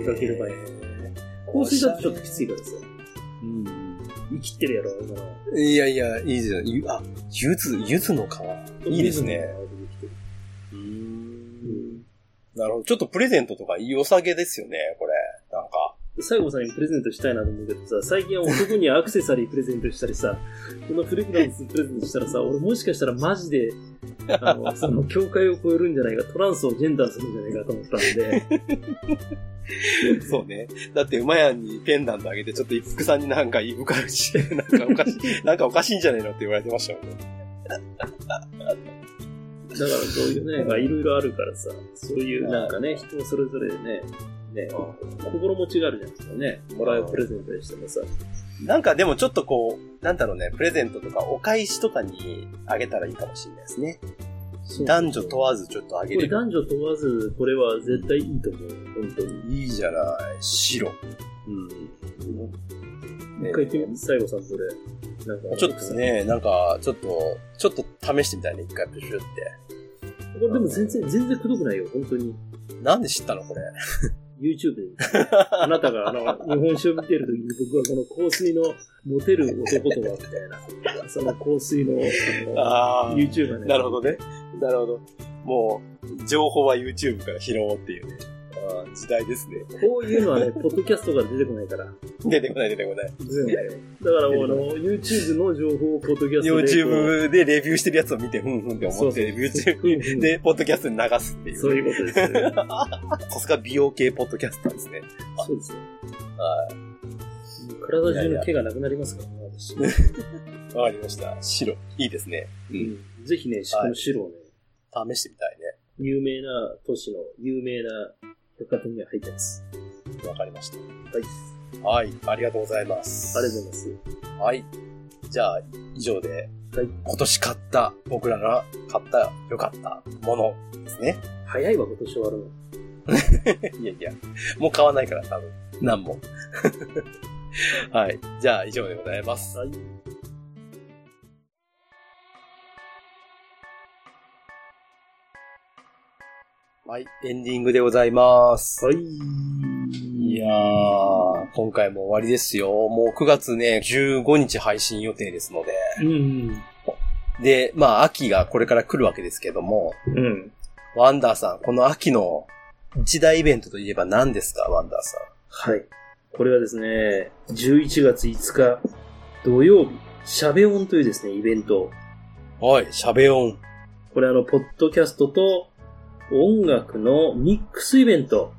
E: 出かける前に香水だとちょっときついからさ。生きてるやろ、今の。
D: いやいや、いいじゃん。ゆあ、ゆず、ゆずの皮。いいですね。
E: うん
D: なるほど。ちょっとプレゼントとか良さげですよね、これ。なんか。
E: 西郷さんにプレゼントしたいなと思うけどさ、最近は男にアクセサリープレゼントしたりさ、このフレグランスプレゼントしたらさ、俺もしかしたらマジで、あの、その境界を超えるんじゃないか、トランスをジェンダーするんじゃないかと思ったんで、
D: そうね。だって、馬やんにペンダントあげて、ちょっと一服さんになんかいぶかるし、なんかおかし い、なんかおかしいんじゃないのって言われてましたもんね。
E: だからそういうね、まあいろいろあるからさ、そういうなんかね、人それぞれね、ね、心持ちがあるじゃないですかね、もらうプレゼントにしてもさ、
D: なんかでもちょっとこう、なんだろうね、プレゼントとかお返しとかにあげたらいいかもしれないですね。男女問わずちょっとあげ
E: これ
D: る。
E: 男女問わず、これは絶対いいと思う、本当に。
D: いいじゃない。白。うん。
E: 一回行ってみて、西郷さんこれ、なんか、
D: ちょっとね、なんか、ちょっと、ちょっと試してみたいね、一回プシュって。
E: これでも全然、全然くどくないよ、本当に。
D: なんで知ったのこれ。
E: YouTube で見て。 あなたが、あの、日本酒を見てるときに僕はこの香水のモテる男とは、みたいな。その香水の、あ
D: あ
E: の、YouTuber ね。
D: なるほどね。なるほど。もう、情報は YouTube から拾おうっていうね。あー時代ですね。
E: こういう のはね、ポッドキャストが出てこないから。
D: 出てこない出てこない。
E: だからもう、あの、YouTube の情報をポッドキャストでこう。
D: YouTube でレビューしてるやつを見て、ふんふんって
E: そ
D: 思
E: う
D: っ
E: そう
D: て、YouTube
E: うんうん
D: で、ポッドキャストに流すってい
E: そう
D: う。
E: いうことです よ。
D: さすが美容系ポッドキャスターですね。
E: そうですよ。
D: は
E: 体中の毛がなくなりますからね、私。
D: い。わかりました。白。いいですね。う
E: うんぜひね、この白をね、
D: ん。試してみたい
E: 有名な都市の有名な百貨店には入ってます。
D: ね。わかりました。
E: はい。
D: はい。ありがとうございます。
E: ありがとうございます。
D: はい。じゃあ、以上で今年買った、僕らが買った、良かったものですね。
E: 早いわ、今年終わるの。
D: いやいや、もう買わないから、多分。何も。 はい。じゃあ、以上でございます。
E: はい
D: はい、エンディングでございます。
E: はい。
D: いやー、今回も終わりですよ。もう9月ね、15日配信予定ですので。
E: うん。
D: で、まあ、秋がこれから来るわけですけども、
E: うん。
D: ワンダーさん、この秋の一大イベントといえば何ですか、ワンダーさん。
E: はい。これはですね、11月5日土曜日、しゃべ音というですね、イベント。
D: はい、しゃべ音。
E: これあの、ポッドキャストと音楽のミックスイベント。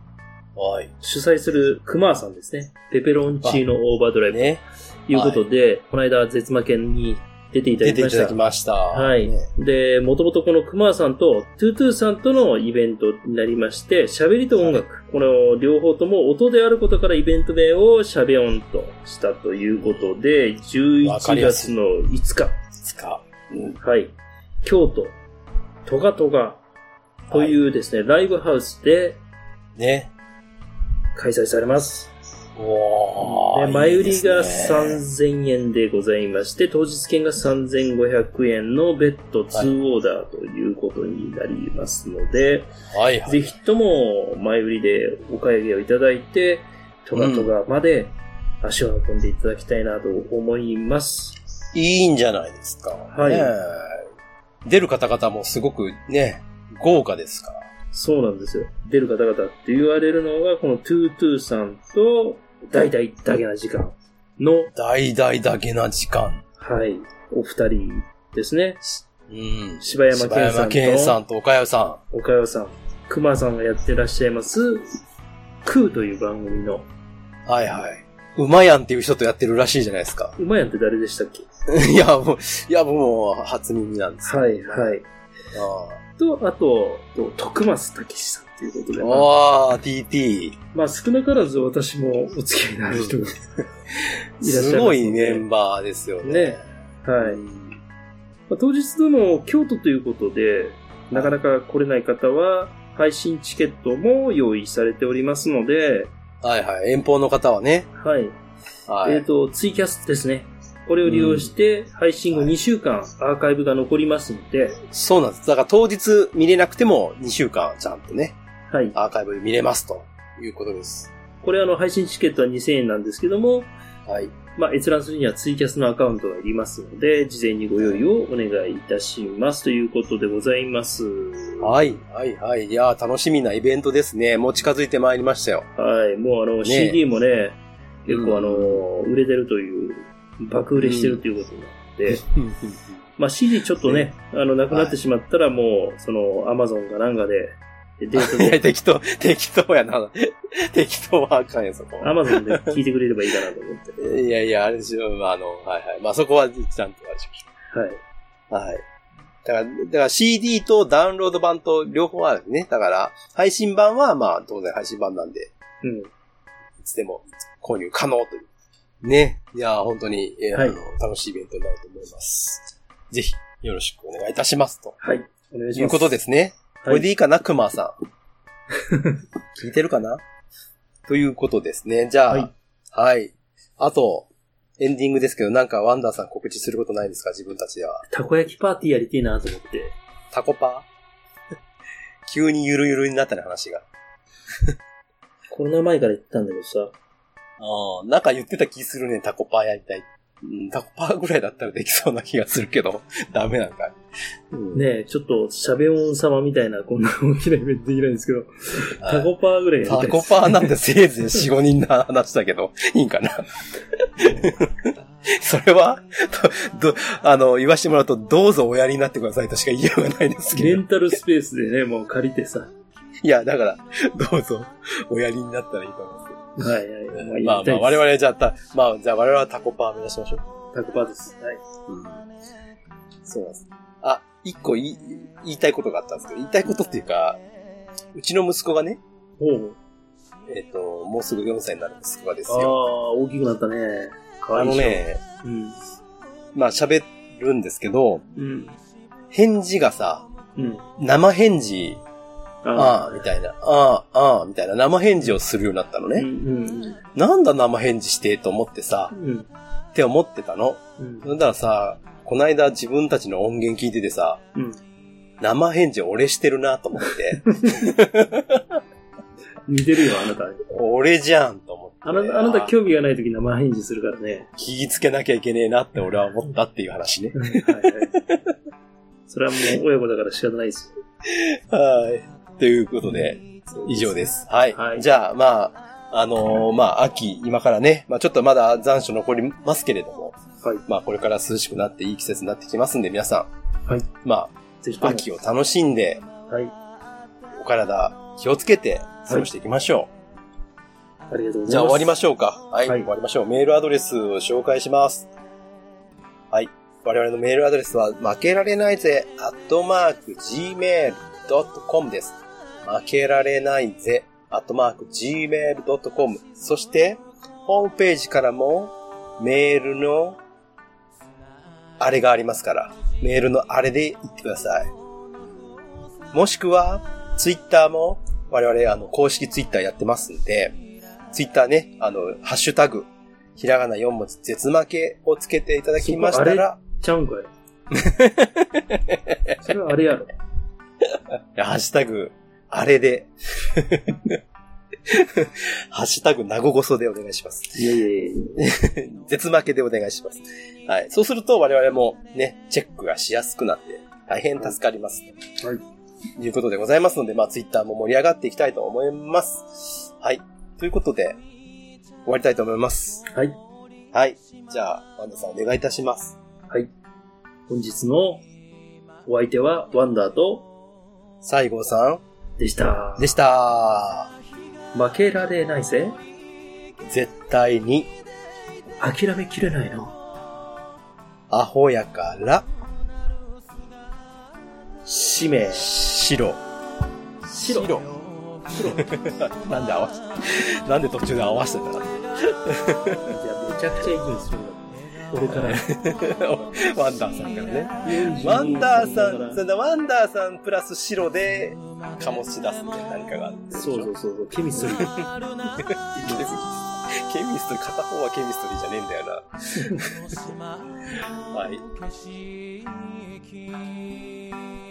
D: はい。
E: 主催するクマーさんですね。ペペロンチーノオーバードライブ
D: ね、
E: ということで、この間、絶魔犬に出ていただ
D: 出てい
E: きましたた
D: だ。きました。は
E: はい。で、もともとこのクマさんとトゥートゥーさんとのイベントになりまして、喋りと音楽、この両方とも音であることからイベント名を喋音としたということで、11
D: わかりやす
E: 月
D: い
E: の5日、
D: つか。うん。
E: はい。京都、トガトガというですね、ライブハウスで
D: ね。
E: 開催されます。
D: お
E: で前売りが
D: 3
E: 3000円でございまして、当日券が3500円の別途2オーダーということになりますので、
D: はいはい。
E: ぜひとも前売りでお買い上げをいただいて、トガトガまで足を運んでいただきたいなと思います。
D: いいんじゃないですか。
E: はい
D: ねえ出る方々もすごくね、豪華ですから。
E: そうなんですよ。出る方々って言われるのが、このトゥートゥーさんと、だいたいだけな時間の、
D: 大々だけな時間。
E: はい、お二人ですね。
D: うん。
E: 柴山
D: 柴山
E: 健
D: 健
E: さ
D: さ
E: ん
D: んと岡谷さ
E: おかよさん、くまさんがやってらっしゃいます、クーという番組の、
D: ん。はいはい。馬やんっていう人とやってるらしいじゃないですか。
E: うまやんって誰でしたっけ
D: いや、もう、いや、もう、初耳なんですよ。
E: はい、はい。
D: あ
E: と、あと、と徳松たけしさんということで、
D: ー
E: まあ、
D: わー、TT。
E: まあ少なからず私もお付き合いのある人が いらっしゃいますのです
D: ごいメンバーですよね。
E: ねはい。まあ、当日でも京都ということで、なかなか来れない方は、配信チケットも用意されておりますので、
D: はいはい。遠方の方はね。
E: はい。
D: はい。
E: えっ、と、ツイキャスですね。これを利用して、配信後
D: はい
E: 2週間アーカイブが残りますので、
D: そうなんです。だから当日見れなくても2週間ちゃんとね、
E: はい。
D: アーカイブで見れますということです。
E: これあの、配信チケットは2000円なんですけども、
D: はい。
E: まあ、閲覧するにはツイキャスのアカウントがいりますので、事前にご用意をお願いいたしますということでございます。は
D: はい、はい、はい。いやー楽しみなイベントですね。もう近づいてまいりましたよ。
E: い。もうあの、
D: ね
E: CD もね、
D: うん
E: 結構あの、売れてるという、爆売れしてるということになって、まあ CD ちょっとね、あの、なくなってしまったらもう、その、アマゾンかなんかで、デート
D: いや、
E: で、
D: 適当、適当やな。適当はあかんよ、そこは。
E: アマゾンで聞いてくれればいいかなと思って。
D: いやいや、あれでしょ、あの、はいはい。まあ、そこはちゃんとあれしまし
E: はい。
D: ょうはい。だから、だから CD とダウンロード版と両方あるね。だから、配信版は、まあ、当然配信版なんで、
E: うん。
D: いつでも購入可能という。ね。いやー、本当に、えー
E: はい
D: あの楽しいイベントになると思います。ぜひ、よろしくお願いいたします。と
E: はい。お願いします。
D: いうことですね。こ
E: はい。
D: れでいいかな、クマさ ん。聞いてるかなということですね。じゃあ、
E: は
D: はい
E: い。
D: あと、エンディングですけど、なんかワンダーさん告知することないですか自分たちでは。
E: たこ焼きパーティーやりてえなと思って。
D: タコパ 急にゆるゆるになったね、話が。
E: コロナ前から言ってたんだけどさ、
D: ああ、なんか言ってた気するね、タコパーやりたい。うん、タコパーぐらいだったらできそうな気がするけど、 ダメなんかい。うん
E: ねえ、ちょっと、しゃべ音様みたいな、こんな大きなイベントできないんですけど、
D: はい
E: タコパーぐらいやりた
D: タ
E: いで
D: コ
E: す。
D: パーなんてせいぜい4、5人の話だけど、 いいんかな。それは、ど、どあの、言わしてもらうと、どうぞおやりになってくださいとしか言いようがないですけ
E: レ
D: ど。
E: ンタルスペースでね、もう借りてさ。はい
D: や、だから、どうぞおやりになったらいいと思います
E: いはい。
D: よ。まあまあ、我々じゃあた、まあ、じゃあ我々はタコパー目指しましょう。
E: 々。タコパーです。はい。
D: そうなんです。あ、一個言い言いたいことがあったんですけど、言いたいことっていうか、うちの息子がね、
E: ほう。
D: えっ、と、もうすぐ4歳になる息子がです
E: ああー、
D: よ。
E: 大きくなったね。
D: あ
E: かわいい
D: の
E: でしょ。
D: ね、
E: うん。
D: まあ喋るんですけど、
E: うん。
D: 返事がさ、
E: うん。
D: 生返事、
E: あ
D: ああ、みたいな、ああ、ああ、みたいな生返事をするようになったの
E: あ。う
D: ね。
E: ん。
D: なんだ生返事してと思ってさ
E: う、ん。
D: って思ってたの。
E: うん。
D: なんだらさ、こないだ自分たちの音源聞いててさ、
E: うん。
D: 生返事俺してるなと思って、
E: 似てるよ、あなた。
D: 俺じゃんと思って。
E: あなた、あなた
D: 気
E: 興味がない時生返事するからね。
D: ぃつけなきゃいけねえなって俺は思ったっていう話 ね。
E: はいはい。それはもう親子だから仕方ないですよ。
D: はい。ということで、以上です。はい。
E: はい
D: じゃあ、まあ、あのーまあ、秋、今からね、まあ、ちょっとまだ残暑残りますけれども、
E: はい。
D: まあ、これから涼しくなっていい季節になってきますんで、皆さん。
E: はい。
D: ま
E: ぜひと
D: あ、
E: も。
D: 秋を楽しんで、
E: はい。
D: お体気をつけて過ごしていきましょう。
E: ありがとうございます。
D: じゃあ終わりましょうか。はい、
E: はい
D: 終わりましょう。メールアドレスを紹介します。はい。我々のメールアドレスは、負けられないぜ、アットマーク、gmail.com です。負けられないぜ、アットマーク、gmail.com。そして、ホームページからも、メールの、あれがありますから、メールのあれで言ってください。もしくは、ツイッターも、我々、あの、公式ツイッターやってますんで、ツイッターね、あの、ハッシュタグ、ひらがな4文字、絶負けをつけていただきましたら、
E: ちゃうん かい。それはあれやろ。
D: ハッシュタグ、あれで、 ハッシュタグ、なごごそでお願いします。
E: いやいやいや。
D: 絶負けでお願いします。はい。そうすると我々もね、チェックがしやすくなって、大変助かります。。
E: はい
D: いうことでございますので、まあ、ツイッターも盛り上がっていきたいと思います。はい。ということで、終わりたいと思います。
E: はい。
D: はい。じゃあ、ワンダさんお願いいたします。
E: はい。本日のお相手はワンダーと
D: 西郷さ
E: でした
D: ん、。でした。
E: 負けられないぜ。
D: 絶対に、
E: 諦めきれないの。
D: アホやから、
E: 使命。
D: 白。
E: 白。
D: なんで合わせ、 なんで途中で合わせてた
E: いや、めちゃくちゃいいんですよ。 俺から。
D: ワンダーさんからね。ワンダーさん、それでワンダーさんプラス白で醸し出すみたいな何かがあるんでしょ
E: そうそうそうそう。ケミストリー。
D: ケミストリー、片方はケミストリーじゃねえんだよ な。はい。
H: 「